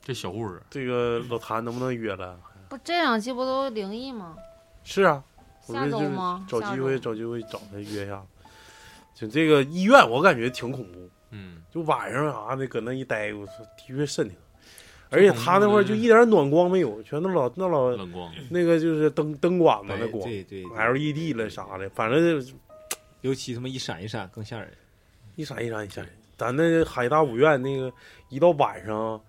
这小护士，
这个老谭能不能约了？
不，这两期不都灵异吗？
是啊，我
下
这就
周
是
吗？
找
下
机
周
会找机会找他约一下。就这个医院，我感觉挺恐怖，
嗯，
就晚上啥的搁那一待，我操，的确瘆挺。而且他那块儿就一点暖光没有，全都老那
嗯
老
冷光，
那个就是灯灯管子
对
那光
对对对
，LED E 了啥的，反正
尤其他妈一闪一闪更吓人。
一闪一闪一闪。咱那海大五院那个，一到晚上，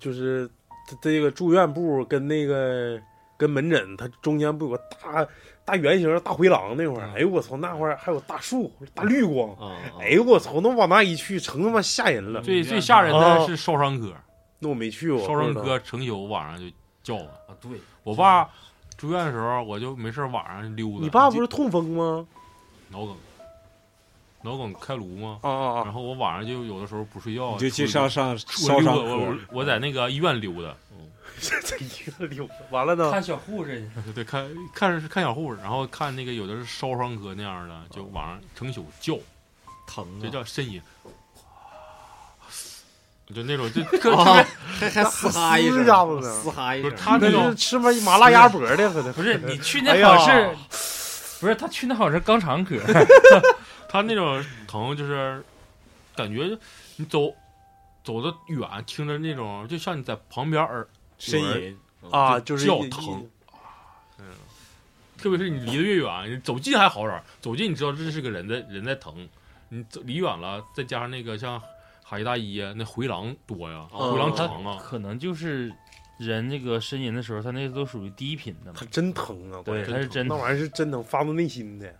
就是这这个住院部跟那个跟门诊，它中间不有个大大圆形大回廊那块儿？哎呦我操，那块儿还有大树、大绿光。
[laughs] 啊、啊
哎呦我操，那往那一去，成他妈吓人了。
最最吓人的
啊
是烧伤科，
那我没去过，
烧伤
不知道
科成宿晚上就叫唤。
啊，对，
我爸住院的时候，我就没事儿晚上溜达。
你爸不是痛风吗？
脑梗，脑梗开颅吗？
啊啊 [laughs]
然！后我晚上就有的时候不睡觉，啊
你就哦去
出去
上上
我
烧
溜达
伤
我我
科，
我在那个医院溜达，
这这一个哎溜完了呢，
看小护士去，
对，看看是看小护士，然后看那个有的是烧伤科那样的，就晚上成宿叫，
疼
就
啊，
叫呻吟，就那种就特特别
哦 [laughs] 还还嘶哈一
撕
声，
家伙呢
嘶哈一
不
声
是。他
那
那
就
种
是吃麻麻辣鸭脖的，可能
[laughs] 不是你去
哎
那
呀
好像是，不是他去那好像是肛肠科，
他那种疼就是感觉你走走的远，听着那种就像你在旁边耳，
呻 [laughs] 吟，
啊，就是
叫
一
疼。特别是你离得越远，你走近还好点儿，走近你知道这是个人在人在疼，你走离远了，再加上那个像海医大医啊那回廊多呀，
嗯
哦
回廊
他
长啊，
可能就是人那个呻吟的时候，他那都属于低频的嘛
他，真疼啊！关
对，
键
他是真
那
的，
玩意儿是真疼，发自内心的。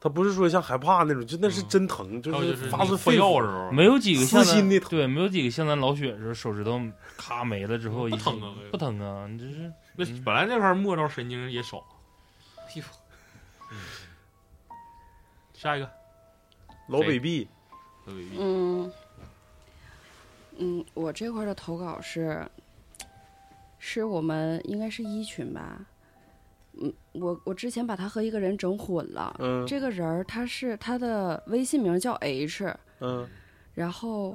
他不是说像害怕那种，就那是真疼，
还有
是
就是
发
你
自
换
肺
药
腑
的。时候
没有几个像
撕心
咱
的疼
对，没有几个像咱老雪时候手指头咔没了之后
不
一
疼啊
不疼啊，你这是
那本来那块儿末梢神经
[laughs]
也少。
哎呦
嗯下一个，
老北壁
老北壁
嗯，嗯，我这块儿的投稿是，是我们应该是一群吧。嗯，我我之前把他和一个人整混了。
嗯
这个人儿他是他的微信名叫 H，
嗯
然后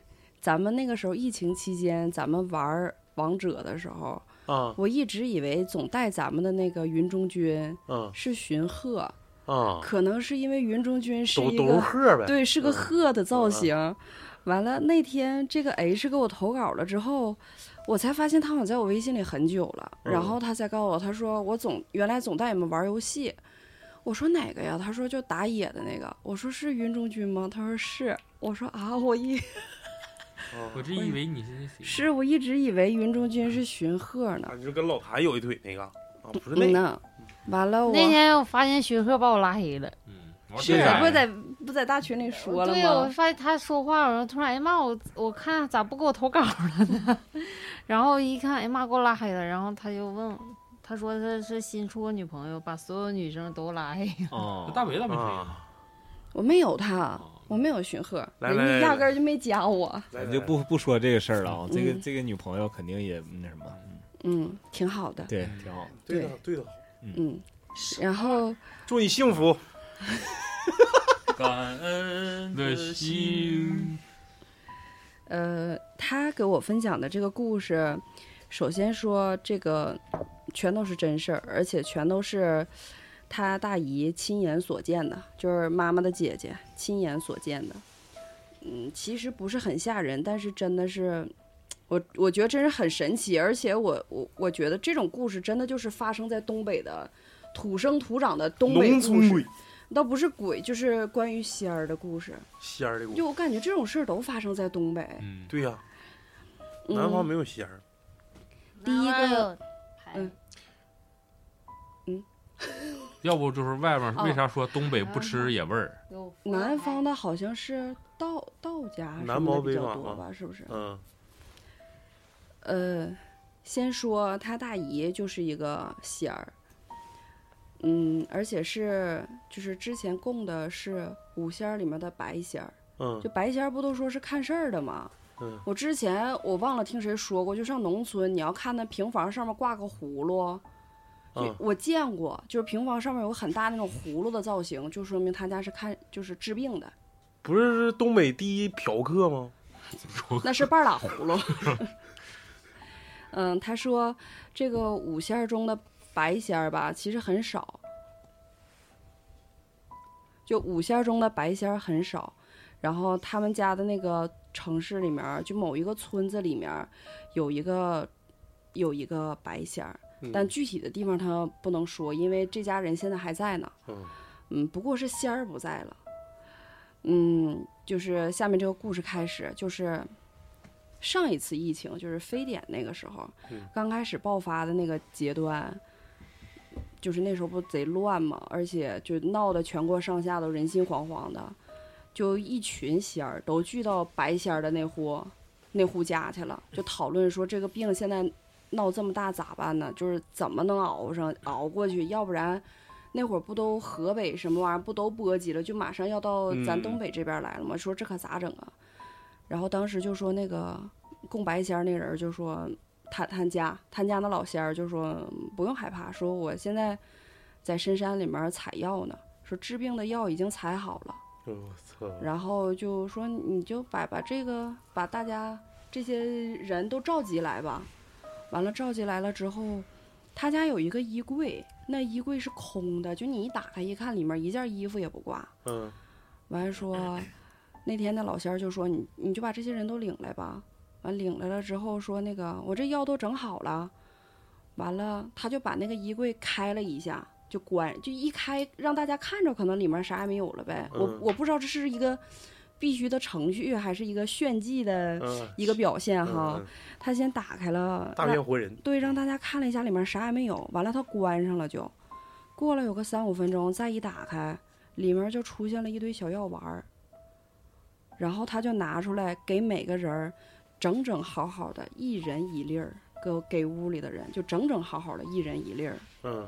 [laughs] 咱们那个时候疫情期间，咱们玩儿王者的时候，
啊
我一直以为总带咱们的那个云中君
啊
是荀鹤，
啊，
可能是因为云中君是
都
一
都是
个
鹤呗。
对，是个
嗯
鹤的造型。完了那天这个 H 给我投稿了之后，我才发现他好像在我微信里很久了，
嗯
然后他才告诉我，他说我总原来总带你们玩游戏。我说哪个呀？他说就打野的那个。我说是云中君吗？他说是。我说啊，我一 [laughs]
啊
我这以为你是那谁
是我一直以为云中君是荀鹤呢
啊。你就跟老谭有一腿那个啊，不是
嗯
那个
呐，完了我
那天我发现徐克把我拉黑了，
嗯，
是
玩
啊
儿
不是在不在大群里说了
对哦呀，我
吗？
发现他说话，我突然哎妈，我我看咋不给我投稿了呢？ [laughs] 然后一看，哎妈，给我拉黑了。然后他就问我，他说他是新处个女朋友，把所有女生都拉黑了。
啊！
大伟咋没说
啊，
我没有他，我没有荀鹤，
哦来
人
来
家
来
压
来
根儿就没加我。
咱就不不说这个事儿了啊，这个
嗯
这个女朋友肯定也那什么，嗯
嗯，挺好的。
对，挺好。
对的对的好，
嗯，然后
祝你幸福。
感恩
的
的心。
心，
呃，他给我分享的这个故事，首先说这个全都是真事儿，而且全都是他大姨亲眼所见的，就是妈妈的姐姐亲眼所见的。嗯，其实不是很吓人，但是真的是。我我觉得真是很神奇，而且我我我觉得这种故事真的就是发生在东北的土生土长的东北
农
故
村
事
鬼，
倒不是鬼，就是关于仙儿的故事。
仙儿的鬼，
就我感觉这种事儿都发生在东北，
嗯，
对呀，
嗯
南方没有仙儿。
第一个嗯
要不就是外面
哦嗯
为啥说东北不吃野味儿？
有
南方的好像是道道家什
南
么
毛
的比
北
较
马
多
吗
吧，是不是？
嗯
呃，先说他大姨就是一个仙儿，嗯，而且是就是之前供的是五仙儿里面的白仙儿，
嗯
就白仙儿不都说是看事儿的吗？
嗯
我之前我忘了听谁说过，就上农村，你要看那平房上面挂个葫芦，就
嗯
我见过，就是平房上面有个很大那种葫芦的造型，就说明他家是看就是治病的，
不是是东北第一嫖客吗？
那是半拉葫芦。 [laughs] 嗯，他说这个五仙儿中的白仙儿吧，其实很少，就五仙儿中的白仙儿很少。然后他们家的那个城市里面儿，就某一个村子里面儿，有一个有一个白仙儿，
嗯
但具体的地方他不能说，因为这家人现在还在呢。
嗯
嗯，不过是仙儿不在了。嗯，就是下面这个故事开始，就是上一次疫情，就是非典那个时候，
嗯
刚开始爆发的那个阶段，就是那时候不贼乱嘛，而且就闹得全国上下都人心惶惶的，就一群仙儿都聚到白仙儿的那户那户家去了，就讨论说这个病现在闹这么大咋办呢？就是怎么能熬上熬过去？要不然那会儿不都河北什么玩意儿不都波及了，就马上要到咱
嗯
东北这边来了嘛。说这可咋整啊？然后当时就说那个供白仙儿那人儿就说他他家他家那老仙儿就说嗯不用害怕，说我现在在深山里面儿采药呢，说治病的药已经采好了。
我操！
然后就说你就把把这个把大家这些人都召集来吧。完了召集来了之后，他家有一个衣柜，那衣柜是空的，就你一打开一看，里面一件衣服也不挂。
嗯
完了说，那天那老仙儿就说你你就把这些人都领来吧。完领来了之后说那个我这药都整好了，完了他就把那个衣柜开了一下，就关就一开让大家看着，可能里面啥也没有了呗。
嗯
我我不知道这是一个必须的程序，还是一个炫技的
嗯，
一个表现
嗯
哈。
嗯
他先打开了，
大变活人，
对，让大家看了一下，里面啥也没有。完了，他关上了就，过了有个三五分钟，再一打开，里面就出现了一堆小药丸儿。然后他就拿出来给每个人儿整整好好的，一人一粒儿，给给屋里的人就整整好好的，一人一粒儿。
嗯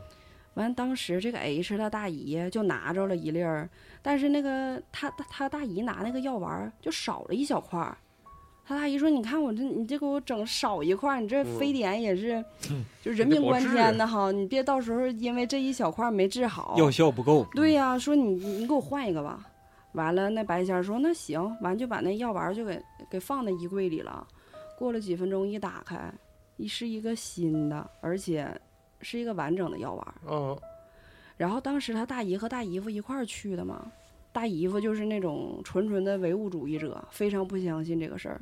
完，当时这个 H 他大姨就拿着了一粒儿，但是那个他他他大姨拿那个药丸儿就少了一小块儿。他大姨说：“你看我这，你这给我整少一块儿，你这
嗯
非典也是，就人
这
命
不
关
治
天的哈，你别到时候因为这一小块儿没治好，
药效不够。
哦对呀、说你你给我换一个吧。完了，那白仙儿说那行，完就把那药丸儿就给给放在衣柜里了。过了几分钟，一打开，一是一个新的，而且是一个完整的药丸儿。
嗯
然后当时他大姨和大姨夫一块儿去的嘛，大姨夫就是那种纯纯的唯物主义者，非常不相信这个事儿。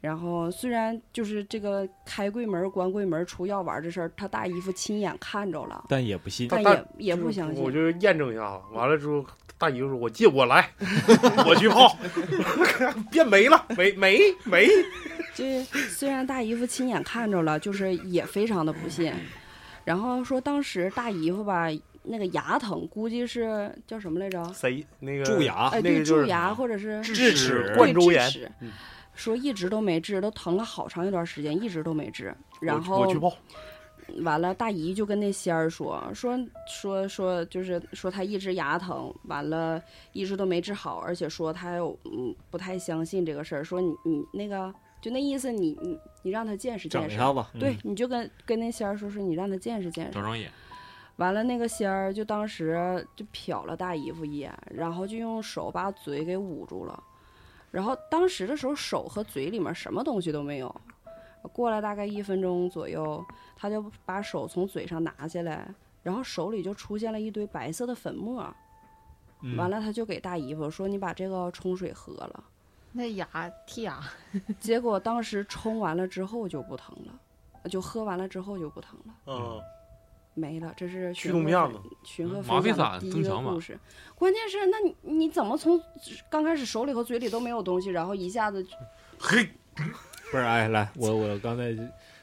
然后虽然就是这个开柜门儿、关柜门儿、出药丸儿这事儿，他大姨夫亲眼看着了，
但也不信，
但
大
也也
就
不
是
相信。
我就是验证一下子，完了之后，大姨就说：“我借我来， [laughs] 我去泡， [laughs] 变没了，没没没。
这虽然大姨夫亲眼看着了，就是也非常的不信。然后说当时大姨夫吧，那个牙疼，估计是叫什么来着？”
谁那个
蛀？牙
哎，
啊那
对，
个就是
蛀牙或者是
智齿
齿
冠
对
周
智
炎，
齿
嗯
说一直都没治，都疼了好长一段时间，一直都没治。然
我
后
我去泡，
完了，大姨就跟那仙儿说说说说，就是说她一直牙疼，完了一直都没治好，而且说她有嗯不太相信这个事儿，说你你那个就那意思你，你你让她见识
整
见
一
识。
下子。
对
嗯，，
你就跟跟那仙儿说说，你让他见识见识
找。张眼，
完了，那个仙儿就当时就瞟了大姨夫一眼，然后就用手把嘴给捂住了。然后当时的时候，手和嘴里面什么东西都没有。过了大概一分钟左右，他就把手从嘴上拿下来，然后手里就出现了一堆白色的粉末。
嗯
完了，他就给大姨夫说：“你把这个冲水喝了。”
那牙剔牙，
结果当时冲完了之后就不疼了，就喝完了之后就不疼了，
嗯，
没了。这是
驱
寻
动
鹤
片
分
子
寻鹤
嗯
分
麻沸
享的
散
第
增
一个
强吧
故事。关键是，那你你怎么从刚开始手里和嘴里都没有东西，然后一下子就
嘿，
不是，哎，来，我我刚才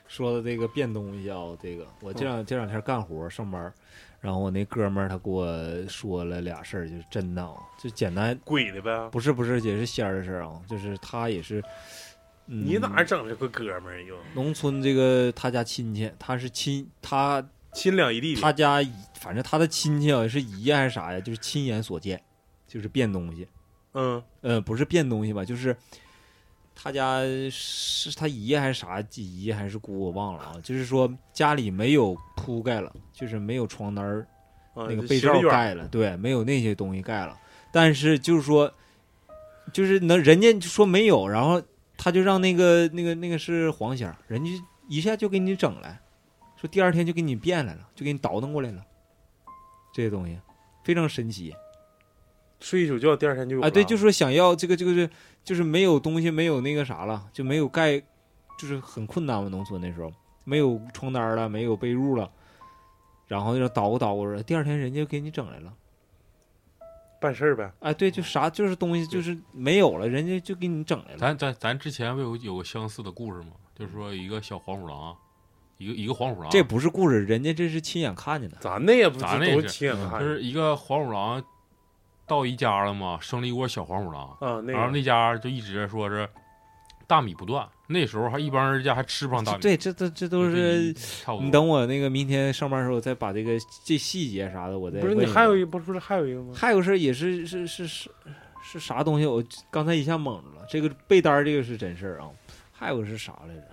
说的这个变东西啊，这个我这两这两天干活上班，然后我那哥们儿他给我说了俩事儿，就是真的啊，就简单，
鬼的呗。
不是不是，也是仙儿的事儿啊，就是他也是，嗯、
你哪整这个哥们儿又
农村这个他家亲戚，他是亲他
亲两一弟弟？
他家姨反正他的亲戚啊是姨呀还是啥呀，就是亲眼所见，就是变东西，
嗯
呃，不是变东西吧，就是他家是他姨呀还是啥姨呀还是姑，我忘了啊。就是说家里没有铺盖了，就是没有床单儿、
啊，
那个
这
被
斜着
罩
院儿
盖了，对，没有那些东西盖了。但是就是说，就是能人家就说没有，然后他就让那个那个那个是黄仙儿，人家一下就给你整来，说第二天就给你变来了，就给你倒腾过来了，这些东西非常神奇。
睡一宿觉，第二天就有
啊，对，
了
就说想要这个这个是就是没有东西，没有那个啥了，就没有盖，就是很困难嘛。农村那时候没有床单了，没有被褥了，然后就捣鼓捣鼓着，第二天人家就给你整来了。
办事儿呗。
啊，对，就啥就是东西就是没有了，人家就给你整来了。
咱咱咱之前不有有个相似的故事吗？就是说一个小黄鼠狼，一个一个黄鼠狼，
这不是故事，人家这是亲眼看见的。
咱那也不
咱那
都
是
亲眼看
就
着
是一个黄鼠狼到一家了嘛，生了一窝小黄鼠狼，
啊，那
然后
个
那家就一直说是大米不断，那时候还一帮人家还吃不上大米，
对，这这这都是
差不多。
你等我那个明天上班的时候，我再把这个这细节啥的，我再
不是
问
你
一
还有
问
一不是不是还有一个吗？
还有事儿也是是是是是啥东西？我刚才一下懵了。这个被单儿这个是真事儿啊，还有个是啥来着？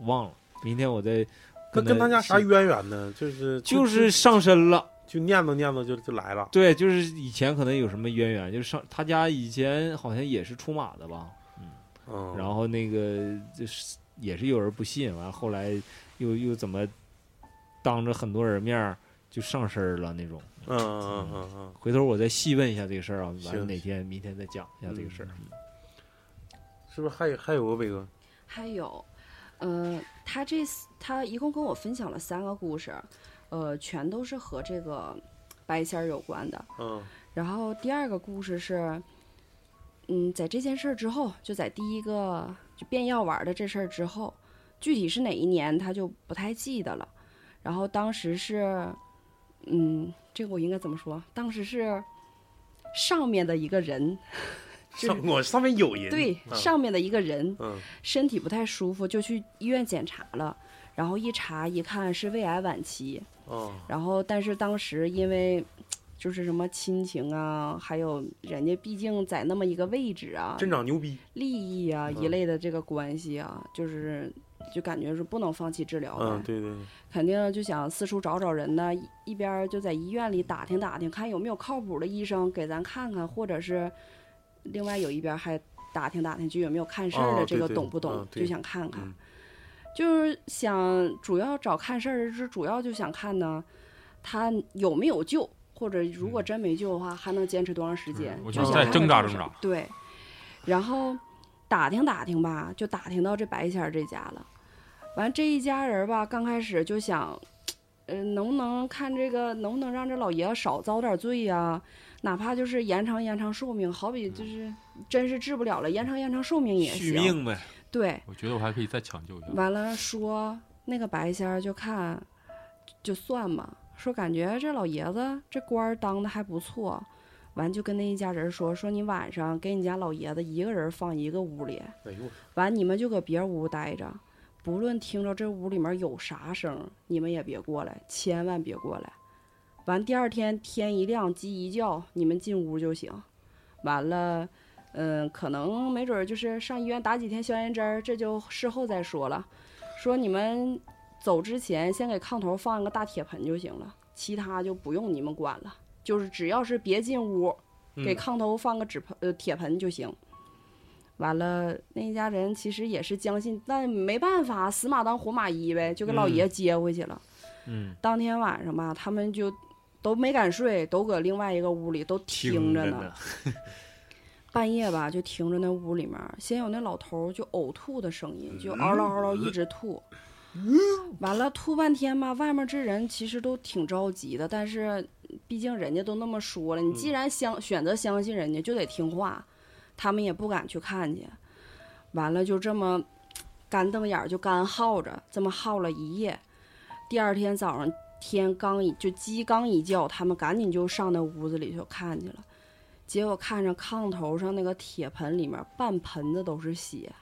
忘了。明天我再
那
跟
跟他家啥
细
渊源呢？就是
就是上身了，
就念叨念叨就就来了。
对，就是以前可能有什么渊源，就是上他家以前好像也是出马的吧，
嗯，
然后那个就是也是有人不信，完了后来又又怎么当着很多人面儿就上身儿了那种。
嗯嗯嗯嗯
回头我再细问一下这个事儿啊，完了
行
哪天明天再讲一下这个事儿。
嗯，是不是还有还有个伟哥？
还有，呃，他这四他一共跟我分享了三个故事，呃，全都是和这个白仙儿有关的。
嗯
然后第二个故事是，嗯，在这件事儿之后，就在第一个就变药丸儿的这事儿之后，具体是哪一年他就不太记得了。然后当时是，嗯，这个我应该怎么说？当时是上面的一个人，是
[laughs] 上我上面有人
对，
嗯
上面的一个人
嗯
身体不太舒服，就去医院检查了。然后一查一看是胃癌晚期，
哦
然后但是当时因为就是什么亲情啊，还有人家毕竟在那么一个位置啊，
真长牛逼，
利益啊
嗯
一类的这个关系啊，就是就感觉是不能放弃治疗呗，
嗯对对，
肯定就想四处找找人呢，一一边儿就在医院里打听打听，看有没有靠谱的医生给咱看看，或者是另外有一边儿还打听打听，就有没有看事儿
哦
的这
对
个
对
懂不懂，
嗯对
就想看看。
嗯
就是想主要找看事儿，是主要就想看呢，他有没有救，或者如
嗯
果真没救的话，还能坚持多长时间
嗯？我
就
就是
想
再
看
挣
看
扎
这个
挣
事儿
扎
对，然后打听打听吧，就打听到这白仙儿这家了。完这一家人吧，刚开始就想，呃，能不能看这个，能不能让这老爷子少遭点罪呀、哪怕就是延长延长寿命，好比就是真是治不了了，延长延长寿命也
续
行。
命呗，
对，
我觉得我还可以再抢救一下。
完了说那个白仙儿就看就算嘛，说感觉这老爷子这官儿当的还不错，完就跟那一家人说说你晚上给你家老爷子一个人放一个屋里，
哎呦我
完你们就搁别屋待着，不论听着这屋里面有啥声，你们也别过来，千万别过来。完第二天天一亮鸡一叫，你们进屋就行。完了，嗯，可能没准儿就是上医院打几天消炎针儿，这就事后再说了。说你们走之前先给炕头放一个大铁盆就行了，其他就不用你们管了。就是只要是别进屋，给炕头放个纸盆呃铁盆就行。完了，那一家人其实也是将信，但没办法，死马当活马医呗，就给老爷接回去了。
嗯，
当天晚上吧，他们就都没敢睡，都搁另外一个屋里都听着呢。半夜吧，就听着那屋里面儿先有那老头儿就呕吐的声音，就嗷唠嗷唠一直吐。嗯完了吐半天吧，外面这人其实都挺着急的，但是毕竟人家都那么说了，你既然相选择相信人家，就得听话。他们也不敢去看去，完了就这么干瞪眼儿就干耗着，这么耗了一夜。第二天早上天刚一就鸡刚一叫，他们赶紧就上那屋子里头看去了，结果看着炕头上那个铁盆里面半盆子都是血。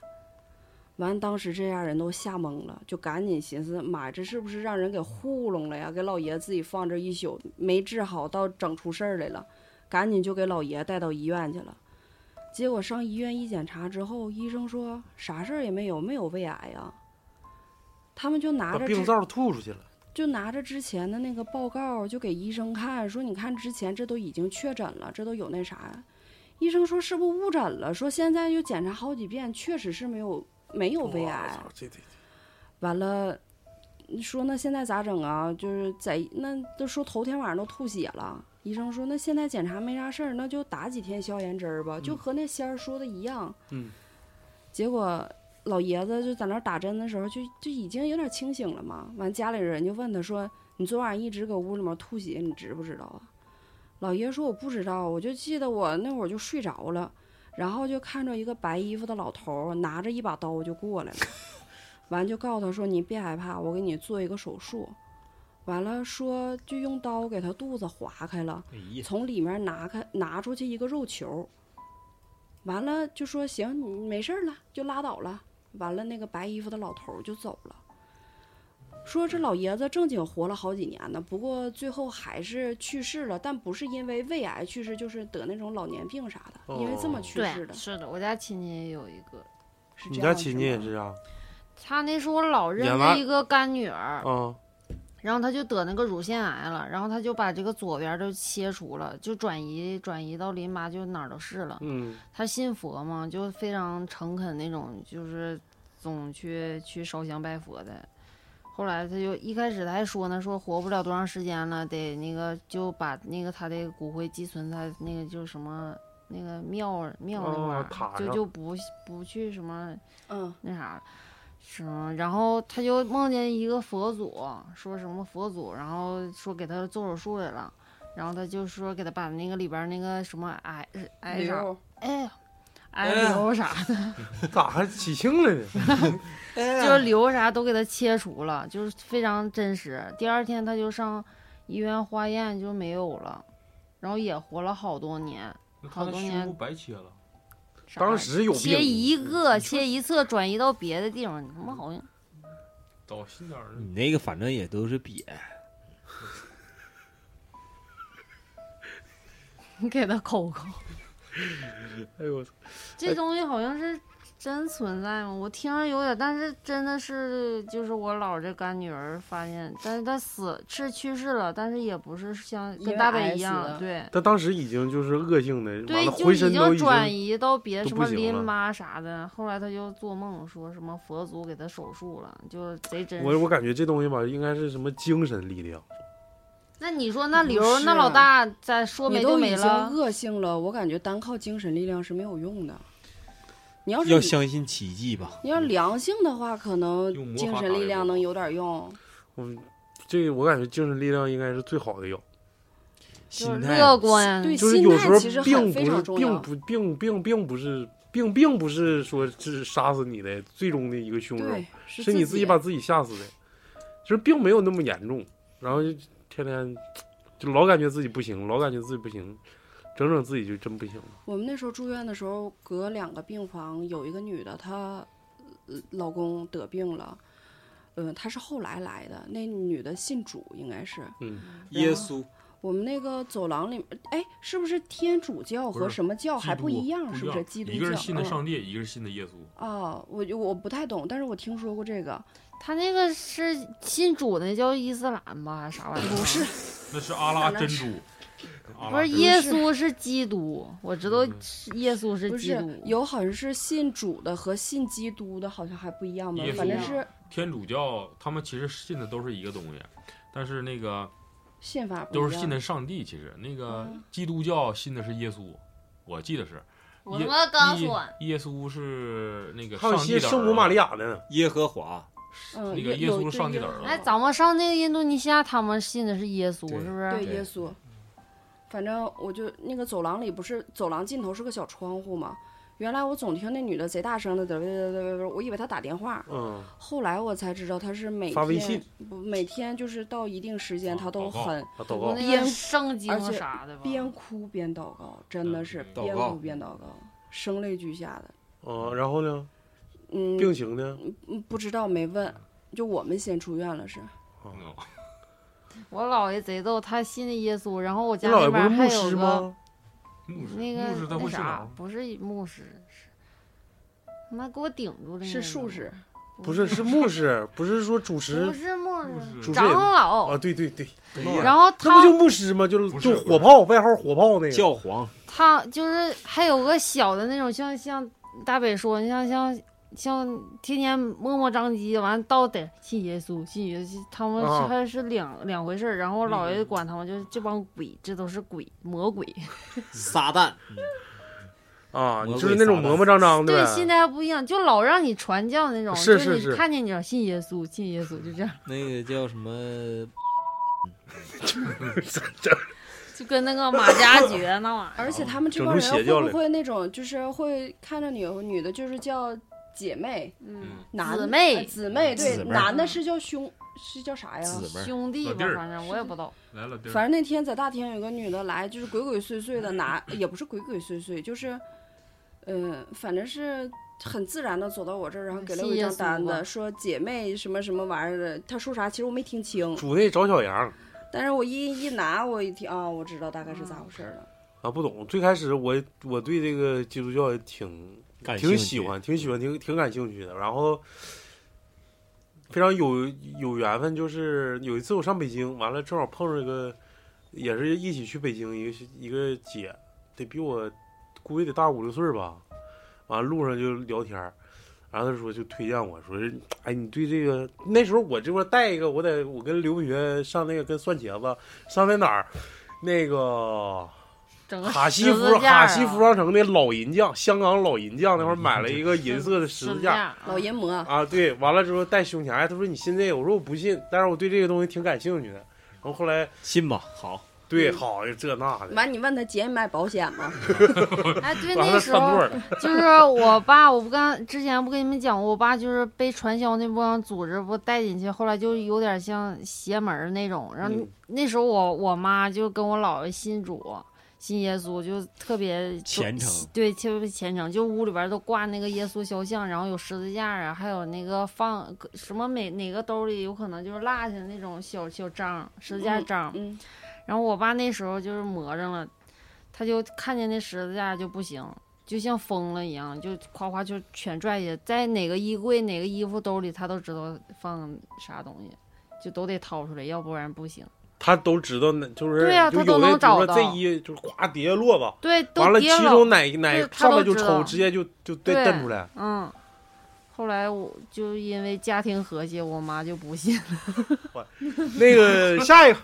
完，当时这家人都吓懵了，就赶紧寻思：妈，这是不是让人给糊弄了呀？给老爷自己放这一宿没治好，到整出事儿来了，赶紧就给老爷带到医院去了。结果上医院一检查之后，医生说啥事儿也没有，没有胃癌呀。他们就拿
把
着
病
这
灶吐出去了。
就拿着之前的那个报告就给医生看，说你看之前这都已经确诊了，这都有那啥呀。医生说是不是误诊了？说现在又检查好几遍，确实是没有没有胃
哇
癌
操。这得
完了，你说那现在咋整啊？就是在那都说头天晚上都吐血了，医生说那现在检查没啥事儿，那就打几天消炎针儿吧，就和那仙儿说的一样。
嗯。
结果老爷子就在那儿打针的时候，就就已经有点清醒了嘛。完，家里人就问他说：“你昨晚一直搁屋里面吐血，你知不知道啊？”老爷说：“我不知道，我就记得我那会儿就睡着了。”然后就看着一个白衣服的老头儿拿着一把刀就过来
[laughs]
了，完就告诉他说：“你别害怕，我给你做一个手术。”完了说就用刀给他肚子划开了，
哎呀，
从里面拿开拿出去一个肉球，完了就说行，你没事儿了，就拉倒了。完了，那个白衣服的老头儿就走了，说这老爷子正经活了好几年呢，不过最后还是去世了，但不是因为胃癌去世，就是得那种老年病啥的，因为
哦
这么去世
对，
的。
是的，我家亲戚也有一个，
是
你
这
家
样
亲
吗
戚也是啊？
他那是我老
演
认
完
的一个干女儿，
啊，
然后他就得那个乳腺癌了，然后他就把这个左边都切除了，就转移转移到淋巴，就哪儿都是了。
嗯， [laughs]
他信佛嘛，就非常诚恳那种，就是总去去烧香拜佛的。后来他就一开始他还说呢，说活不了多长时间了，得那个就把那个他的骨灰寄存在那个就是什么那个庙庙那
哦
块儿、
塔
就
上
就不不去什么
嗯，
那啥，是吗？然后他就梦见一个佛祖，说什么佛祖，然后说给他做手术来了，然后他就说给他把那个里边儿那个什么癌癌啥，
瘤
哎呀，癌瘤啥的，
咋还起庆了呢？
就是瘤啥都给他切除了，就是非常真实。第二天他就上医院化验，就没有了，然后也活了好多年。
那他
好
的
多
胸部
年
白切了，
啥
当时有
切
病，
一个，切一侧，转移到别的地方，你他妈好像
找新点儿的。
你那个反正也都是瘪，
你 [laughs] 给他抠抠。
哎呦我操！
这东西好像是真存在吗？我听着有点，但是真的是就是我姥儿这干女儿发现，但是她死是去世了，但是也不是像
因为
跟大
癌
北
死
一样
的，
对
他当时已经就是恶性的，完
对
了，
就
浑
已
身都
经
已
转
经
移到别
都
什
不
么
行了
淋巴啥的。后来她就做梦说什么佛祖给她手术了，就贼真
我
实。
我感觉这东西吧，应该是什么精神力量。
那你说那
不
刘儿那
是
老大再说
你
没就
都
没
已经
了，啊
恶性了，我感觉单靠精神力量是没有用的。你要是
要
你
相信奇迹吧。
你要
嗯
良性的话，可能
用魔
精
法
神
打
力
一
量
波
能有点用。
嗯，这我感觉精神力量应该是最好的药。
就是
心态
乐观，
对，
就是
心
有时
态
候
其实
并
很非
不是
常重要。
并不并并并不是并并不是说是杀死你的最终的一个凶手，
对，
是
是
你
自
自己把自己吓死的，就是并没有那么严重。然后就天天就老感觉自己不行，老感觉自己不行，整整自己就真不行了。
我们那时候住院的时候，隔两个病房有一个女的，她呃老公得病了，嗯、她是后来来的，那女的信主应该是。
嗯，
然后
耶稣
我们那个走廊里面，哎，是不是天主教
不
和
是
什么教哦还
基督
不一样？
不
是
一
不是
样
基督教？
一个是信的
嗯
上帝，一个是信的耶稣。
啊，我就我不太懂，但是我听说过这个。
他那个是信主的叫伊斯兰吧，还是啥玩意儿？啊
不是，
那是阿拉珍珠，阿
不
拉
是
珍珠
耶
是
稣是基督，我知道是耶稣是
不
基
是
督，，
有好像是信主的和信基督的，好像还不一样吧
耶？
反正
稣
是
天主教，他们其实信的都是一个东西，但是那个
信法不一
都
样。
是信的上帝。其实那个
嗯
基督教信的是耶稣，我记得是。
我
耶
他妈刚说完，
耶耶稣是那个
还有
上帝
些
的
圣
儿
母玛
子
利亚的呢。
耶和华，
嗯，
那个耶
有
稣
对
是上帝的
耶
儿子
和
哎，
华
咱们上那个印度尼西亚，他们信的是耶稣，
对
是不是？
对
对
耶稣。反正我就那个走廊里不是走廊尽头是个小窗户嘛，原来我总听那女的贼大声的嘚嘚嘚嘚嘚，我以为她打电话，
嗯，
后来我才知道她是每天
发微信
不每天就是到一定时间，
啊
她都
祷告
很
啊，祷告，
那
边
个圣经
而且
啥的吧，
边哭边祷告，真的是
祷
边
告
哭边祷告，声泪俱下的。
嗯，然后呢，
嗯，
病情呢？
嗯不知道没问，就我们先出院了是。
嗯
我姥爷贼逗，他信的耶稣，然后我
你
家
姥
那
爷不是
边还
牧
有
师
个
嗯
吗？
牧师，
那
牧师
个
他
那
会信
啥
啥？，
不是牧师，是他妈给我顶住了，
是术士，，
不是，是牧师，不是说主持
不是牧师，
主持
长
人
老
啊？。对对对，
然后
那不
他
就牧师吗？就是
不是
就火炮，外号火炮那个。
教皇
他就是还有个小的那种，像像大北说，你像像像天天磨磨张鸡，完到得信耶稣，信耶稣，他们
啊
他是两、两回事儿。然后我姥爷管他们，就是这帮鬼，这都是鬼魔鬼。
撒旦，
啊，
魔
你
鬼
就是那种
撒旦
磨磨张张的
对，
呗。
现在还不一样，就老让你传教那种，
是
就是
是
你看见你要信耶稣，信耶稣就这样，
那个叫什么？
就跟那个马加爵那玩意儿。
而且他们这
整
帮
出邪
人
教
会
来
不会那种，就是会看着女女的，就是叫姐妹，
嗯，
男
姊妹
呃姊妹
姊
对，
妹
男的是叫兄，是叫啥呀？
姊妹
兄弟
老
吧
弟，儿
反正我也不知道。
来了，
反正那天在大厅有个女的来，就是鬼鬼祟祟的拿，也不是鬼鬼祟祟，就是，嗯、反正是很自然的走到我这儿，然后给了我一张单
信耶稣吧
子，说姐妹什么什么玩意儿的，她说啥其实我没听
[laughs]
清，
主那找小杨
但是我一一拿我一听啊，我知道大概是咋回事了。
啊，不懂。最开始我我对这个基督教也挺
感兴
挺
趣嗯
喜欢，挺喜欢，挺挺感兴趣的。然后非常有有缘分，就是有一次我上北京，完了正好碰上一个，也是一起去北京一个一个姐，得比我估计得大五六岁儿吧。完了路上就聊天儿，然后她说就推荐我说是，哎，你对这个那时候我这边带一个，我在我跟刘学上那个跟蒜茄子上那哪儿，那个
整 [laughs] 个
卡西
十
服
字架
卡
啊
西服装城的老银匠，香港老银匠那块儿买了一个银色的十字架。
啊
老淫魔，
啊，对，完了之后戴胸前，哎，他说你信这个，我说我不信，但是我对这个东西挺感兴趣的。然后后来
信吧，好，
对，
嗯
好这那的，
完你问她姐你买保险吗？
哎，对，
完
那
了
时
串座
候
儿了，
就是我爸，我不跟之前不跟你们讲过，我爸就是被传销那帮组织不带进去，后来就有点像邪门儿那种。然后
嗯
那时候我我妈就跟我姥爷信主。信耶稣就特别
虔诚，
对，特别虔诚。就屋里边都挂那个耶稣肖像，然后有十字架啊，还有那个放什么每哪个兜里有可能就是落下的那种小小章，十字架章。
嗯，
然后我爸那时候就是魔怔了，他就看见那十字架就不行，就像疯了一样，就夸夸就全拽下，在哪个衣柜、哪个衣服兜里，他都知道放啥东西，就都得掏出来，要不然不行。
他都知道那，就是
对呀啊
就
他都
有的
能
比如说
找到
这一就是咵底下落吧，
对，都
完了其
跌
中
了。
哪哪
对他
上来
都
就
知
抽，
道
直接就
[laughs]
就对
对
瞪出来。
嗯，后来我就因为家庭和谐，我妈就不信了。
那个下一个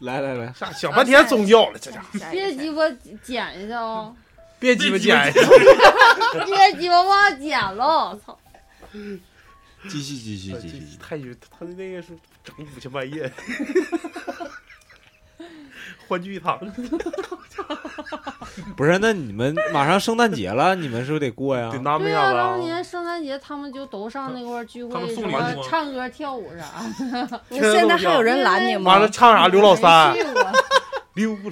来来来，
下想半天宗教了，这家伙
下一个
别鸡巴剪一下哦，
别鸡巴捡，
别鸡巴忘剪喽！操，
继续继续呃继续，
太绝，他那个是整五千半夜，欢聚一堂。
不是？那你们马上圣诞节了，你们是不是得过呀
得？纳闷
对
啥
呀、
子
当年圣诞节他们就都上那块儿聚
他
会，
们
什
送礼
么
物吗
唱歌跳舞啥的。
那现在还有人拦你
完
吗
了？唱啥？刘老
[laughs]
三，刘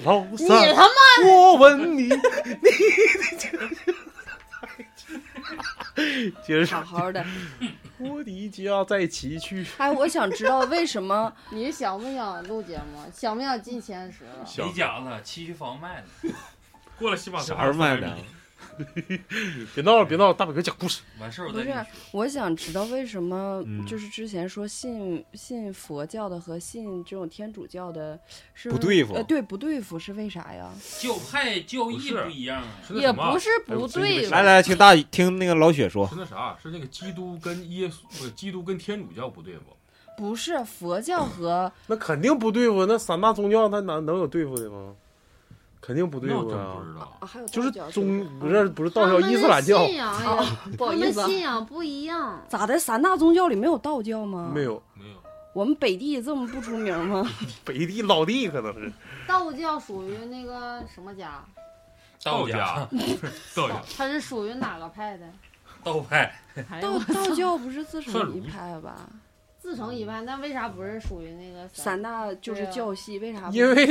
老 [laughs]
你
三，
他妈
我问你，你接着
好
唱，
好的，
我的家在崎岖。
哎，我想知道为什么。
[laughs] 你想不想录节目？想不想进前十了？
你讲了，七区房卖了，
过了西马
啥时候卖的？
别闹了，别闹了，大伟哥讲故事。
完事儿我
不
再
是
跟你说。，
我想知道为什么
嗯
就是之前说信信佛教的和信这种天主教的是
不
为
对付
呃，对，不对付是为啥呀？
教派教
不
义
是
不一样啊。
是那
也
什么啊
不是
哎
不对吧
来来，听大听那个老雪说
是，那啥，啊是那个基督跟耶稣，不是基督跟天主教不对付，
不是佛教和
那肯定不对付，那三大宗教，那能能有对付的吗？肯定不对
那我
付
真
啊
不！知道。
啊还有
就是
道教
宗不
不
是
是
不是
他
道教
们的
伊斯兰教
信仰 [laughs] 也，
不好
他
意
们
思啊，
信仰不一样。
咋的？三大宗教里没有道教吗？
没，有，
没有，
我们北地这么不出名吗？
北地老地可能是
道教属于那个什么家？
道
家
家， [laughs] 道家
他是属于哪个派的？
道派，
哎呦
道
我
道教不是自
算
成
儒
一派吧？
自成一派，那为啥不是属于那个
三大就
对
是
啊
教系，为啥不？
因为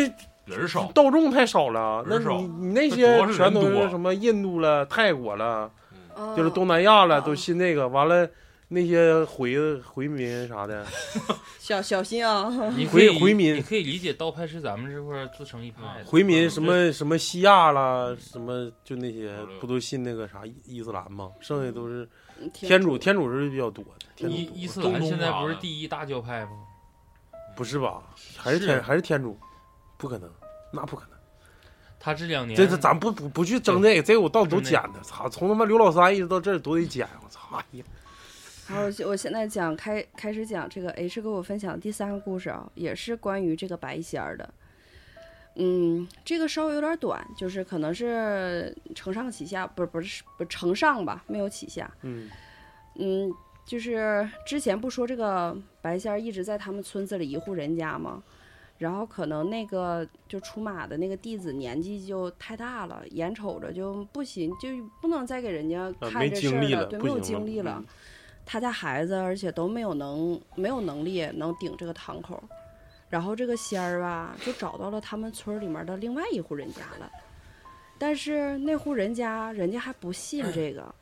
[laughs]
人少，
道众太少了，那
人少
你你那
那
些
主要是
全
人
都是
多
什么印度了、泰国了，
嗯
就是东南亚了，
嗯
都信那个。完了，那些回回民啥的，
小小心啊！
[laughs]
你可以
回回民
你可以理解道派是咱们这块儿自成一派的。
回民什么什么西亚啦，什么就那些不都信那个啥伊伊斯兰吗？剩下都是
嗯
天主，天主是比较多的。天主
伊
多
伊斯
东
兰
东
现在不
啥
是
的
第一大教派吗？
不是吧？还是
是
天还是天主？不可能，那不可能。
他这两年
这这咱不不不去争这个，这个我到处都
不争
捡
哎那
的。操，从他妈刘老三一直到这儿都得捡，我操！哎呀，
然后我现在讲开开始讲这个 H 给我分享的第三个故事啊，也是关于这个白仙儿的。嗯，这个稍微有点短，就是可能是承上启下，不是不是不是承上吧，没有启下。
嗯
嗯，就是之前不说这个白仙儿一直在他们村子里一户人家吗？然后可能那个就出马的那个弟子年纪就太大了，眼瞅着就不行，就不能再给人家
呃
看
没
这
精
事儿
力
了，
了
对，
不
没有
行
精
了嗯
力了。他家孩子，而且都没有能没有能力能顶这个堂口，然后这个仙儿吧，就找到了他们村儿里面的另外一户人家了。但是那户人家，人家还不信这个，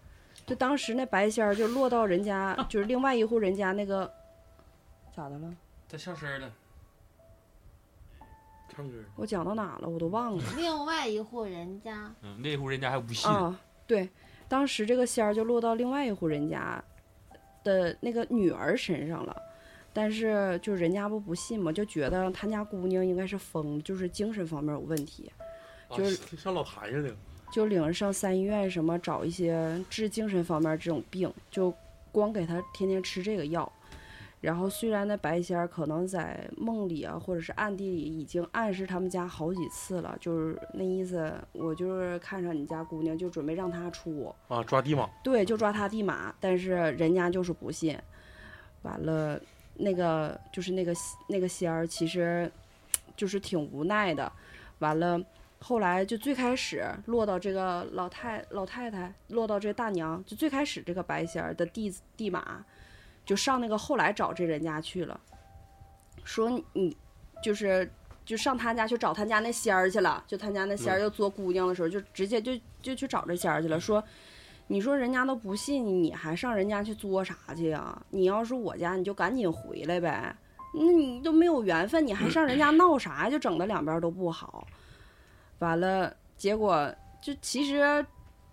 就当时那白仙儿就落到人家，就是另外一户人家那个，咋的了？
他上身了，
唱歌。
我讲到哪了？我都忘了。
另外一户人家？
嗯，那户人家还不信，
啊，对，当时这个仙儿就落到另外一户人家的那个女儿身上了，但是就人家不不信嘛，就觉得他家姑娘应该是疯，就是精神方面有问题，就是
啊像老谭似的，
就领着上三医院什么找一些治精神方面这种病，就光给她天天吃这个药。然后虽然那白仙儿可能在梦里啊，或者是暗地里已经暗示他们家好几次了，就是那意思，我就是看上你家姑娘，就准备让她出我。
啊，抓地马，
对，就抓他地马，但是人家就是不信。完了，那个就是那个那个仙儿，其实就是挺无奈的。完了，后来就最开始落到这个老太老太太，落到这大娘，就最开始这个白仙儿的地地马，就上那个后来找这人家去了，说你你就是。就上他家去找他家那仙儿去了，就他家那仙儿要做姑娘的时候，就直接就就去找这仙儿去了，说你说人家都不信你，你还上人家去作啥去呀？你要是我家，你就赶紧回来呗。那你都没有缘分，你还上人家闹啥呀？就整的两边都不好。完了，结果就其实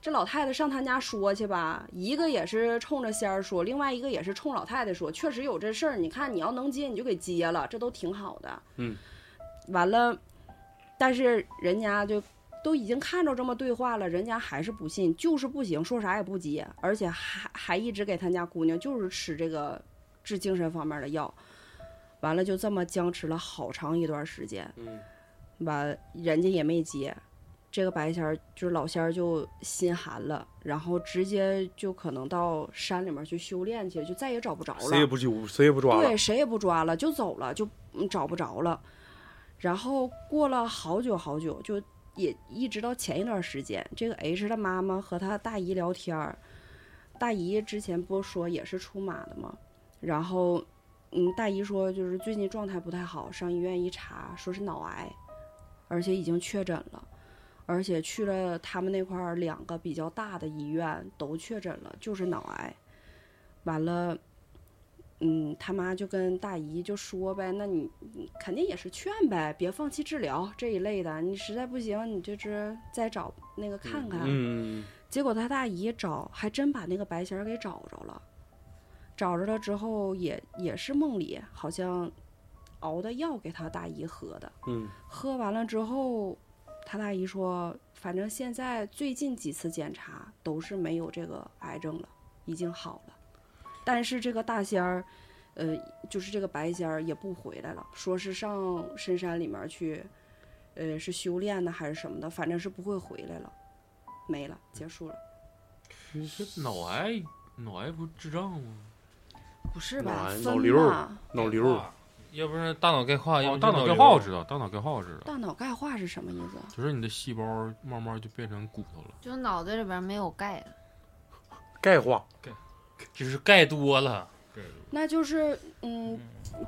这老太太上他家说去吧，一个也是冲着仙儿说，另外一个也是冲老太太说，确实有这事儿。你看，你要能接，你就给接了，这都挺好的。
嗯。
完了，但是人家就都已经看着这么对话了，人家还是不信，就是不行，说啥也不接，而且还还一直给他家姑娘就是吃这个治精神方面的药，完了就这么僵持了好长一段时间，
嗯，
完人家也没接，这个白仙儿就是老仙儿就心寒了，然后直接就可能到山里面去修炼去，就再也找不着了，
谁也不揪，谁也不抓了
对，，谁也不抓了，就走了，就嗯找不着了。然后过了好久好久，就也一直到前一段时间，这个 H 的妈妈和她大姨聊天儿，大姨之前不是说也是出马的嘛，然后嗯，大姨说就是最近状态不太好，上医院一查说是脑癌，而且已经确诊了。而且去了他们那块儿两个比较大的医院都确诊了，就是脑癌。完了，嗯，他妈就跟大姨就说呗，那你你肯定也是劝呗，别放弃治疗这一类的。你实在不行，你就是再找那个看看。
嗯，
结果他大姨找，还真把那个白仙儿给找着了。找着了之后也，也是梦里好像熬的药给他大姨喝的。
嗯，
喝完了之后，他大姨说，反正现在最近几次检查都是没有这个癌症了，已经好了。但是这个大仙儿，呃，就是这个白仙儿也不回来了，说是上深山里面去，呃，是修炼呢还是什么的，反正是不会回来了，没了，结束了。
这脑癌，脑癌不是智障吗？
不是
脑
吧
癌？脑
分
瘤儿
吧，
脑瘤，
要不是大脑钙化，要
哦
不
大脑钙化我知道，大脑钙化我知道，
大脑钙化是什么意思？
就是你的细胞慢慢就变成骨头了。
就脑袋里边没有钙了。
钙化，
就是钙多了，
那就是嗯，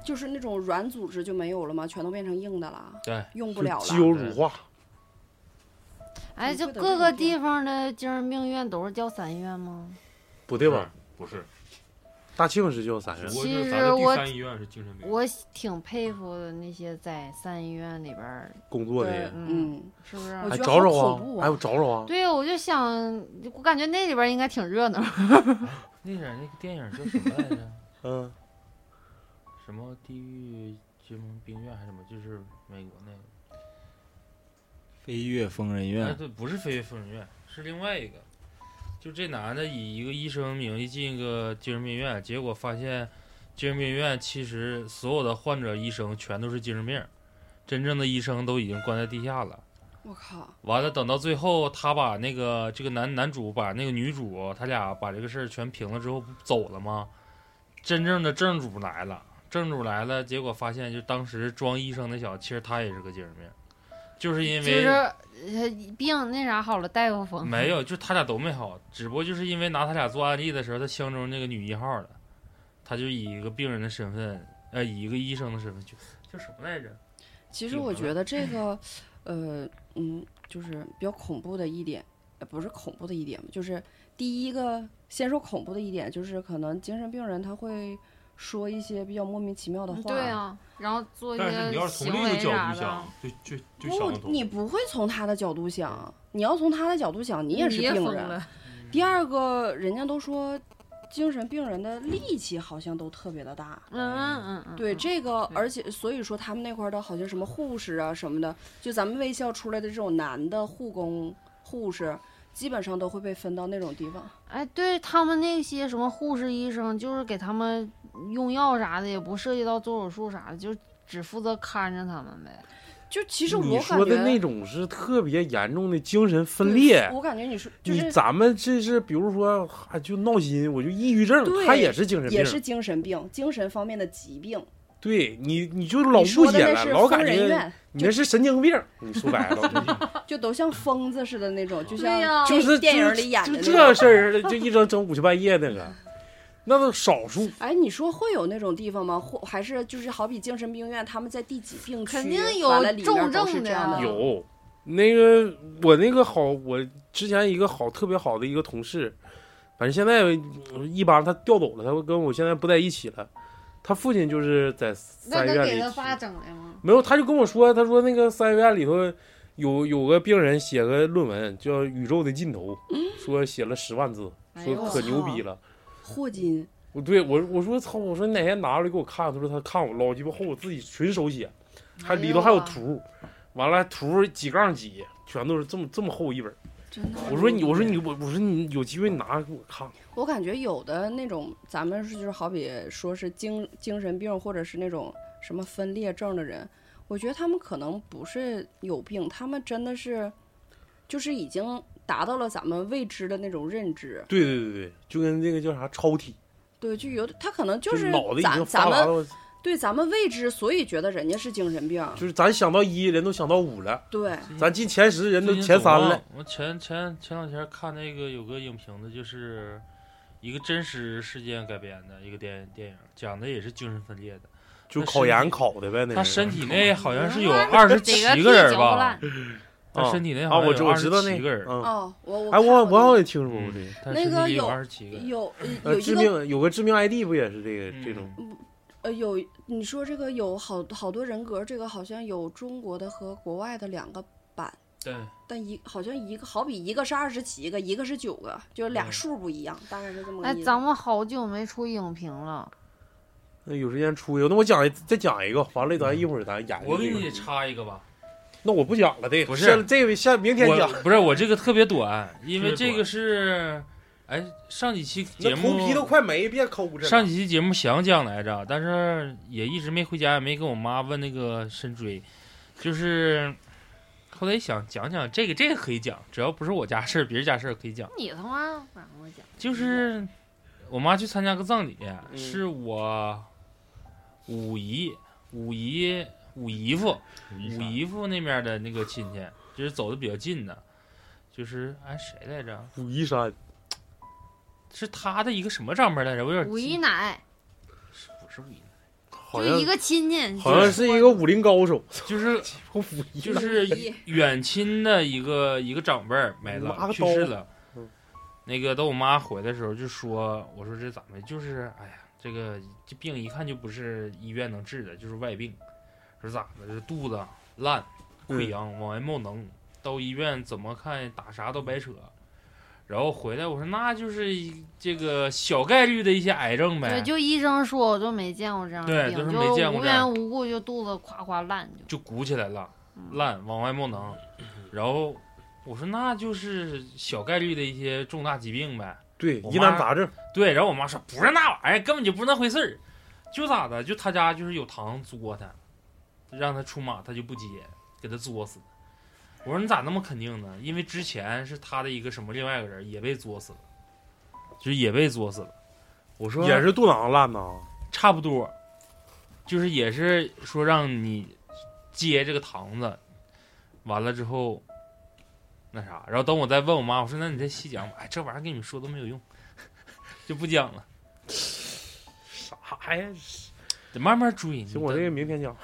就是那种软组织就没有了吗？全都变成硬的了，
对，
用不
就
了了。
肌油乳化，
哎，
怎
就
么
各
会得这
个
种
地方的精神病院都是叫散院吗？
不对吧？
不是？
大庆是叫散
不
院
是，，
其
只不过就是咱
实
的第
我
三医院是精神病。
我挺佩服的那些在三医院里边儿，
工作的
对
人，
嗯，
嗯，
是不是？
我
哎，
觉得
找找
好
啊
恐怖，啊
哎，我找找啊，
对，我就想，我感觉那里边儿应该挺热闹。
那点儿那个电影叫什么来着？
嗯，
什么地狱精神病院还是什么？就是美国那个，
飞跃疯人
哎，
院，
对，不是飞跃疯人院，是另外一个。就这男的以一个医生名义进一个精神病院，结果发现精神病院其实所有的患者医生全都是精神病，真正的医生都已经关在地下了。
我靠，
完了，等到最后，他把那个这个男男主把那个女主，他俩把这个事儿全平了之后，不走了吗？真正的正主来了，正主来了，结果发现就当时装医生那小子，其实他也是个精神病，就是因
就
为、
是呃病那啥好了，大夫疯。
没有，就他俩都没好，只不过就是因为拿他俩做案例的时候，他相中那个女一号了，他就以一个病人的身份，呃，以一个医生的身份去，叫什么来着？
其实
挺
我
麻
觉得这个，呃，嗯，就是比较恐怖的一点，呃，不是恐怖的一点吧，就是第一个先说恐怖的一点，就是可能精神病人他会说一些比较莫名其妙的
嗯
话。
对啊，然后做一
但是你
些
要是从
行
另一个
为
角
啥
度
的
想，，就就就想
不
得，通。
你不会从他的角度想，你要从他的角度想，你也是病
疯
人。
了。
第二个，人家都说精神病人的力气好像都特别的大，
嗯嗯嗯嗯，
对
嗯
这个，
对
而且所以说他们那块儿的好像什么护士啊什么的，就咱们卫校出来的这种男的护工、护士，基本上都会被分到那种地方。
哎，对他们那些什么护士、医生，就是给他们用药啥的，也不涉及到做手术啥的，就只负责看着他们呗。
就其实
你
我感
说的那
觉，
种是特别严重的精神分
对
裂，
我感觉你说就
你
是
咱们这是比如说啊就闹心，我就抑郁症，
对
他也是精神病
也，是精神病、精神方面的疾病。
对你你就老
你
误
说的
解
那
了，
是
老
疯
感
人
觉
院，
你那是神经病，你说白
[laughs]
了
就都像疯子似的那种，就像
对呀
就是
电影里演
就
的那
这
种。
事儿，就一整整五十半夜那个，那都少数。
哎，你说会有那种地方吗？或还是就是好比精神病院，他们在第几病区，
肯定有
完了里面
重
都是
症的
这
呀
样的。
有那个我那个好，我之前一个好特别好的一个同事，反正现在呃一帮他调走了，他跟我现在不在一起了。他父亲就是在
那
三
能
院
给
里
他爸整来吗？
没有，他就跟我说，他说那个三院里头有有个病人写个论文叫《宇宙的尽头》，
嗯
说写了十万字，
哎
说
呦
可牛逼了。
霍金，
我对我我说操，我说你哪天拿出来给我看，他说他看我老鸡巴厚，我自己纯手写，还里头还
哎
啊
啊
有图，完了图几杠几，全都是这么这么厚一本。
真的。
我说你，我说你，我我说你有机会你拿给我看。
我感觉有的那种，咱们是就是好比说是精精神病或者是那种什么分裂症的人，我觉得他们可能不是有病，他们真的是就是已经达到了咱们未知的那种认知。
对对对对，就跟那个叫啥超体，
对，就有他可能就是
脑袋已经发
咱咱
达
们
到，
对咱们未知，所以觉得人家是精神病。
就是咱想到一，人都想到五了，
对，
咱进前十，人都
最近
前
总
三
忘
了。。
我前前前两天看那个有个影评的，就是一个真实事件改编的一个电电影，讲的也是精神分裂的。
就
那
考
身体
研考的呗，那
他
是
身体内好像是有
嗯
二十七
逮屁
个人
嚼不
吧
烂，，
他
啊
身体内
啊，
好像
我知
有
我
二
知
十
道那
七个人。
嗯，
哦，我我
哎，
看
我
过
我好像也听说过
嗯
这个，
他
那
身体
个
里有
有
二十七个人。
有呃有
呃，
一
致
个
命有个致命 ID 不也是这个这
嗯
种？
呃，有你说这个有好好多人格，这个好像有中国的和国外的两个版，
对，
但一好像一个好比一个是二十七个，一个是九个，就是俩
嗯
数不一样，大概是这么个
哎
意，思。
咱们好久没出影评了。
那哎有时间出一个，那我讲一再讲一个，完了咱一会儿咱演。
嗯我给你，插一个吧，
那我不讲了，这个
不是
下这位下明天
我
讲，
不是我这个特别短，因为
特别
这
短
个是，哎，上几期节
那
目
头皮都快没，别抠着了。
上几期节目想讲来着，但是也一直没回家，也没跟我妈问那个深追，就是后来一想讲讲这个，这个可以讲，只要不是我家事儿，别人家事儿可以讲。
你他妈不让我讲，
就是我妈去参加个葬礼，
嗯
是我五姨，五姨五姨夫五姨夫那面的那个亲戚，就是走的比较近的，就是哎谁来着？
武夷山
是他的一个什么长辈来着？我有点
五姨
记
奶
不是五姨，
好
就
像
一个亲戚，
好像是一个武林高手，
就是
武夷
就是远亲的一个一个长辈儿没
拿
了，
个
去世
刀
了
嗯。
那个等我妈回来的时候就说：“我说这咋的？就是哎呀，这个这病一看就不是医院能治的，就是外病。说咋的？这肚子烂、溃疡，
嗯
往外冒脓，到医院怎么看打啥都白扯。然后回来我说那就是一这个小概率的一些癌症呗
对，，就医生说我就没见过这样的
对
病，
就是
就
没见过
无
这样
缘无故就肚子夸夸烂就。
就鼓起来了，
嗯
烂往外
[clears throat]
冒脓，然后我说那就是小概率的一些重大疾病呗。
对
我
疑难
妈
杂症，
对，然后我妈说不是那玩意儿，根本就不是那回事儿，就咋的，就他家就是有糖作他，让他出马他就不接，给他作死。我说你咋那么肯定呢？因为之前是他的一个什么另外一个人也被作死了，就是也被作死了。我说
也是肚囊烂呐，
差不多，就是也是说让你接这个堂子，完了之后那啥，然后等我再问我妈，我说那你再细讲吧，哎，这玩意儿跟你们说都没有用， [laughs] 就不讲了，
啥呀？
得慢慢追。
行，我这个明天讲，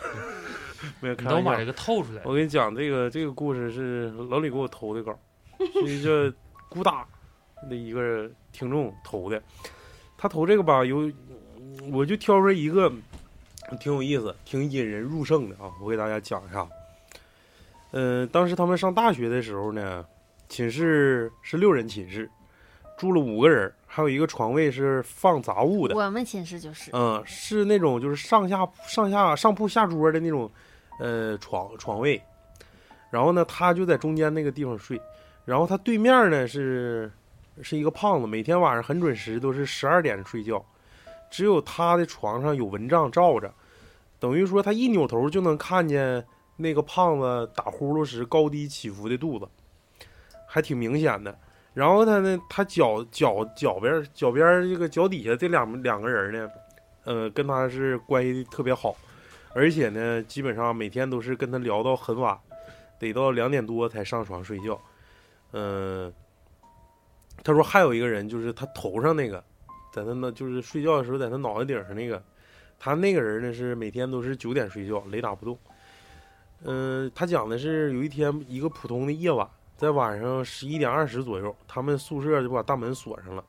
[laughs] 没有
你
开
等我
玩
把
笑
这。个透出来，
我跟你讲，这个这个故事是老李给我投的稿， [laughs] 是一个孤大的一个听众投的。他投这个吧，有我就挑出来一个挺有意思、挺引人入胜的啊，我给大家讲一下。呃，当时他们上大学的时候呢，寝室是六人寝室，住了五个人，还有一个床位是放杂物的。
我们寝室就是，
嗯，是那种就是上下上下上铺下桌的那种，呃，床床位。然后呢，他就在中间那个地方睡，然后他对面呢是是一个胖子，每天晚上很准时，都是十二点睡觉，只有他的床上有蚊帐罩着，等于说他一扭头就能看见那个胖子打呼噜时高低起伏的肚子，还挺明显的。然后他呢，他脚脚脚边儿脚边儿这个脚底下这两两个人呢，呃，跟他是关系特别好，而且呢，基本上每天都是跟他聊到很晚，得到两点多才上床睡觉。嗯、他说还有一个人就是他头上那个，在他那就是睡觉的时候在他脑袋顶上那个，他那个人呢是每天都是九点睡觉，雷打不动。嗯、他讲的是有一天一个普通的夜晚，在晚上十一点二十左右，他们宿舍就把大门锁上了。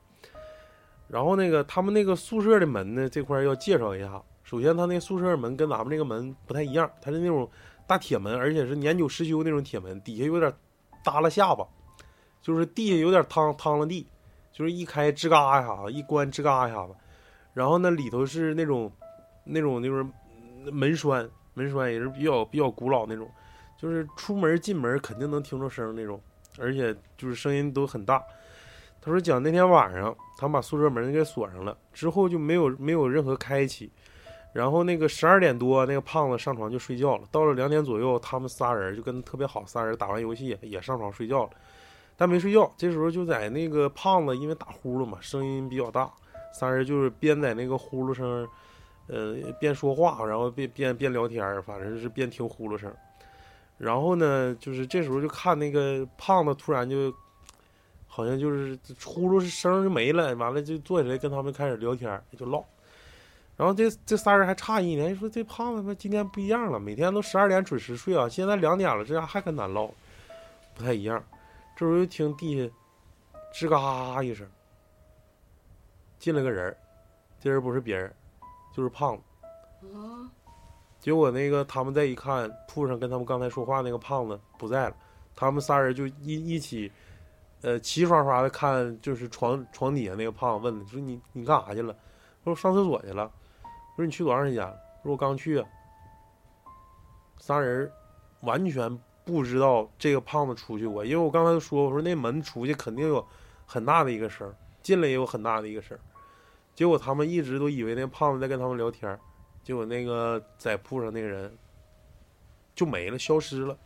然后那个他们那个宿舍的门呢，这块儿要介绍一下。首先，他那宿舍门跟咱们这个门不太一样，它是那种大铁门，而且是年久失修那种铁门，底下有点耷拉下巴，就是地下有点趟趟了地，就是一开吱嘎一下子，一关吱嘎一下子。然后呢，里头是那种那种就是门栓，门栓也是比较比较古老那种，就是出门进门肯定能听着声儿那种，而且就是声音都很大。他说讲那天晚上，他们把宿舍门给锁上了，之后就没有没有任何开启。然后那个十二点多，那个胖子上床就睡觉了。到了两点左右，他们仨人就跟特别好仨人打完游戏也也上床睡觉了，但没睡觉。这时候就在那个胖子因为打呼噜嘛，声音比较大，仨人就是边在那个呼噜声，呃，边说话，然后边边边聊天儿，反正是边听呼噜声。然后呢，就是这时候就看那个胖子突然就 [sniffs] 好像就是 [sniffs] 呼噜声儿就没了，完了就坐起来跟他们开始聊天儿，就唠。然后这这仨人还诧异呢，说这胖子他妈今天不一样了，每天都十二点准时睡啊，现在两点了，这家还跟咱唠，不太一样。这时候就听地下吱嘎一声，进来个人儿，这人不是别人，就是胖子。 [laughs]
啊，
结果那个他们再一看，铺上跟他们刚才说话那个胖子不在了，他们仨人就一一起，呃，齐刷刷的看，就是床床底下那个胖子问他说你你干啥去了？他说上厕所去了。说你去多长时间了？说我刚去啊。仨人完全不知道这个胖子出去过，因为我刚才说我说那门出去肯定有很大的一个声儿，进来也有很大的一个声儿。结果他们一直都以为那胖子在跟他们聊天儿。结果那个在铺上那个人就没了，消失了。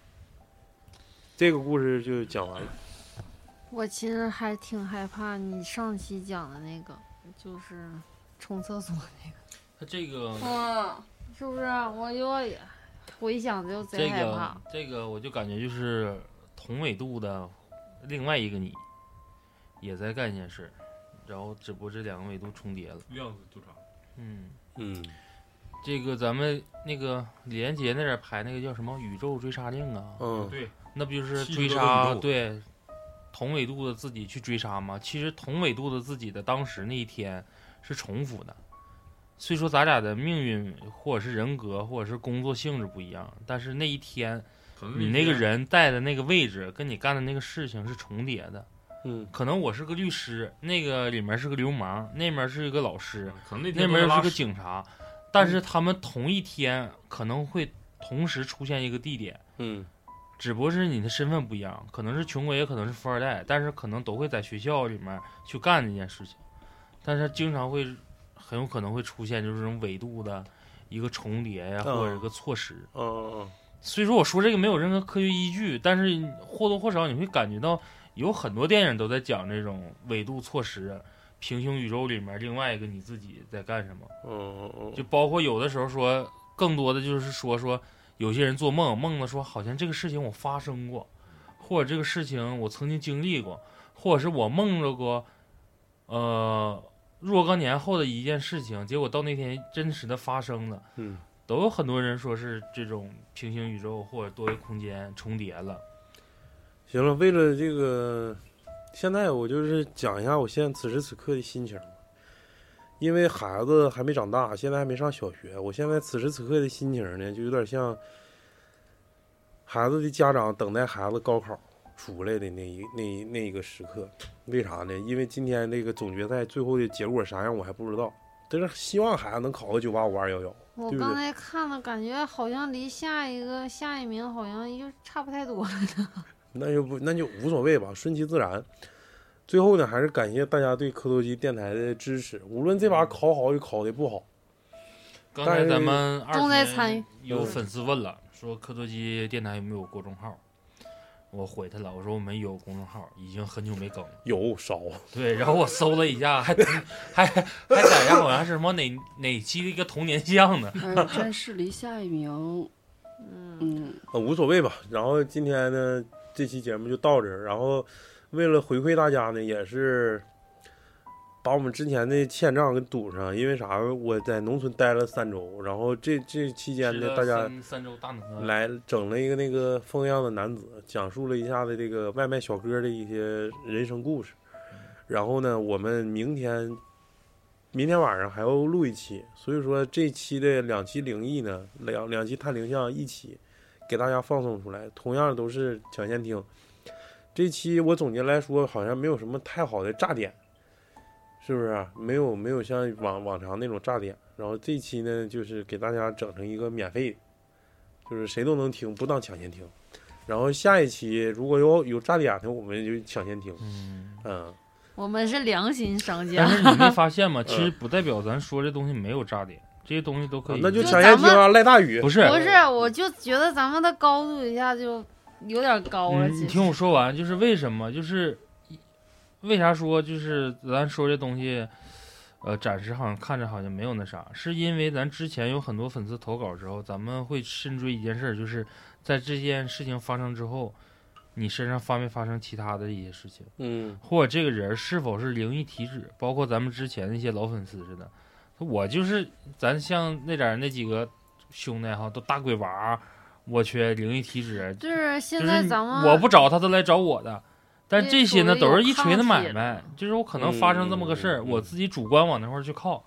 这个故事就讲完了。
我其实还挺害怕你上期讲的那个，就是冲厕所那个。
他这个
嗯，
是不是？啊我就回想就
这
贼害
个
怕。
这个我就感觉就是同纬度的另外一个你，也在干一件事，然后只不过这两个纬度重叠了。
量子纠缠。
嗯，
嗯，
这个咱们那个李连杰那点儿拍那个叫什么《宇宙追杀令》啊，
嗯，
对，
那不就是
哦七
追
十多
杀
纬度
对同纬度的自己去追杀吗？其实同纬度的自己的当时那一天是重复的，虽说咱俩的命运或者是人格或者是工作性质不一样，但是那一天你那个人在的那个位置跟你干的那个事情是重叠的。
嗯，
可能我是个律师，那个里面是个流氓，那面是一个老师，
嗯可能那
那
天
边
都
是
拉
个
屎嗯
警察，但是他们同一天可能会同时出现一个地点，
嗯，
只不过是你的身份不一样，可能是穷鬼，也可能是富二代，但是可能都会在学校里面去干这件事情，但是经常会很有可能会出现就是这种纬度的一个重叠呀、
嗯
或者一个错失。
嗯
虽说我说这个没有任何科学依据，但是或多或少你会感觉到有很多电影都在讲这种纬度错失，平行宇宙里面另外一个你自己在干什么。
嗯嗯嗯，
就包括有的时候说，更多的就是说说有些人做梦，梦的说好像这个事情我发生过，或者这个事情我曾经经历过，或者是我梦着过，呃，若干年后的一件事情，结果到那天真实的发生了。
嗯，
都有很多人说是这种平行宇宙或者多维空间重叠了。
行了，为了这个，现在我就是讲一下我现在此时此刻的心情，因为孩子还没长大，现在还没上小学，我现在此时此刻的心情呢，就有点像孩子的家长等待孩子高考出来的那一那一那一个时刻。为啥呢？因为今天那个总决赛最后的结果啥样我还不知道，但是希望孩子能考个九八五二幺幺。
我
对不
刚
对
才看了，感觉好像离下一个下一名好像就差不太多了。
那就不那就无所谓吧，顺其自然。最后呢，还是感谢大家对磕头机电台的支持，无论这把考好与考的不好，
刚才
但是
咱们二
重在
群
参与
有
嗯
粉丝问了，说科多基电台有没有公众号？我回他了，我说我们有公众号，已经很久没更了。
有少
对，然后我搜了一下，还还还感觉好像是什么哪哪期的一个童年像呢？
嗯，真是离下一名，
嗯，
嗯，
呃无所谓吧。然后今天呢，这期节目就到这儿。然后为了回馈大家呢，也是把我们之前的欠账给堵上，因为啥？我在农村待了三周，然后这这期间
吃
呢，
了
大家
三三周大暖
来整了一个那个风样的男子，讲述了一下子这个外卖小哥的一些人生故事。然后呢，我们明天，明天晚上还要录一期，所以说这期的两期灵异呢，两两期探灵像一起给大家放送出来，同样都是抢先听。这期我总结来说，好像没有什么太好的炸点，是不是？没有没有像往往常那种炸点。然后这期呢，就是给大家整成一个免费的就是谁都能听，不当抢先听。然后下一期如果有有炸点的，我们就抢先听。
嗯，
嗯，
我们是良心
[laughs]
商
但
家，
是你没发现吗？其实不代表咱说这东西没有炸点，这些东西都可以。
啊那就
就
抢先听
咱
啊！赖大宇
不是
不是？我就觉得咱们的高度一下就有点高了。
嗯
其
你
实
听我说完，就是为什么，就是为啥说，就是咱说这东西，呃，暂时好像看着好像没有那啥，是因为咱之前有很多粉丝投稿之后，咱们会深追一件事儿，就是在这件事情发生之后，你身上发没发生其他的一些事情，
嗯
或者这个人是否是灵异体质，包括咱们之前那些老粉丝似的，我就是咱像那点儿那几个兄弟哈，都大鬼娃儿，我缺灵异体质，
就是现
就
在
是
咱们
我不找他，他来找我的。但
这
这些呢，
属于
都是
有
一锤子
抗
买
体
卖
了，
就是我可能发生这么个事儿，
嗯嗯嗯
我自己主观往那块儿去靠，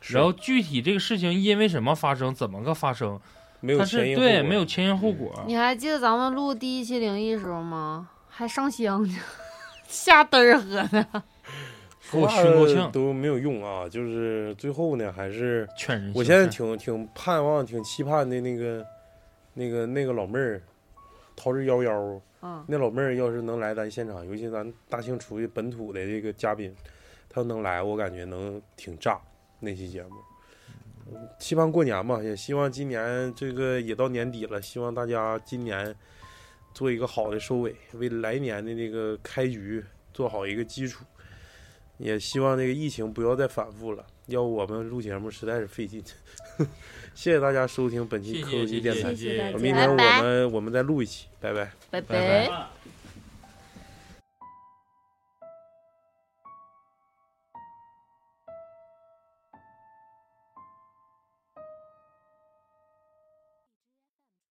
是
然后具体这个事情因为什么发生，怎么个发生，
没有
它
前
是
因后
对
果嗯
没有前因后果。
你还记得咱们录第一期灵异时候吗？还上香呢， [laughs] 下嘚儿喝呢。
给我熏够
[laughs]
呛
都没有用啊！就是最后呢，还是
劝人
我现
向
在
善
挺挺盼望、挺期盼的那个那个那个老妹儿，逃之夭夭。
嗯，
那老妹儿要是能来咱现场，尤其咱大庆厨艺本土的这个嘉宾，她能来，我感觉能挺炸那期节目。嗯期盼过年嘛，也希望今年这个也到年底了，希望大家今年做一个好的收尾，为来年的那个开局做好一个基础。也希望这个疫情不要再反复了，要不我们录节目实在是费劲。 [laughs] 谢谢大家收听本期
谢
科
谢
技
谢
电
谢
台
谢，
谢谢大家
明天我
拜拜
们我们再录一期，拜拜。
拜
拜拜
拜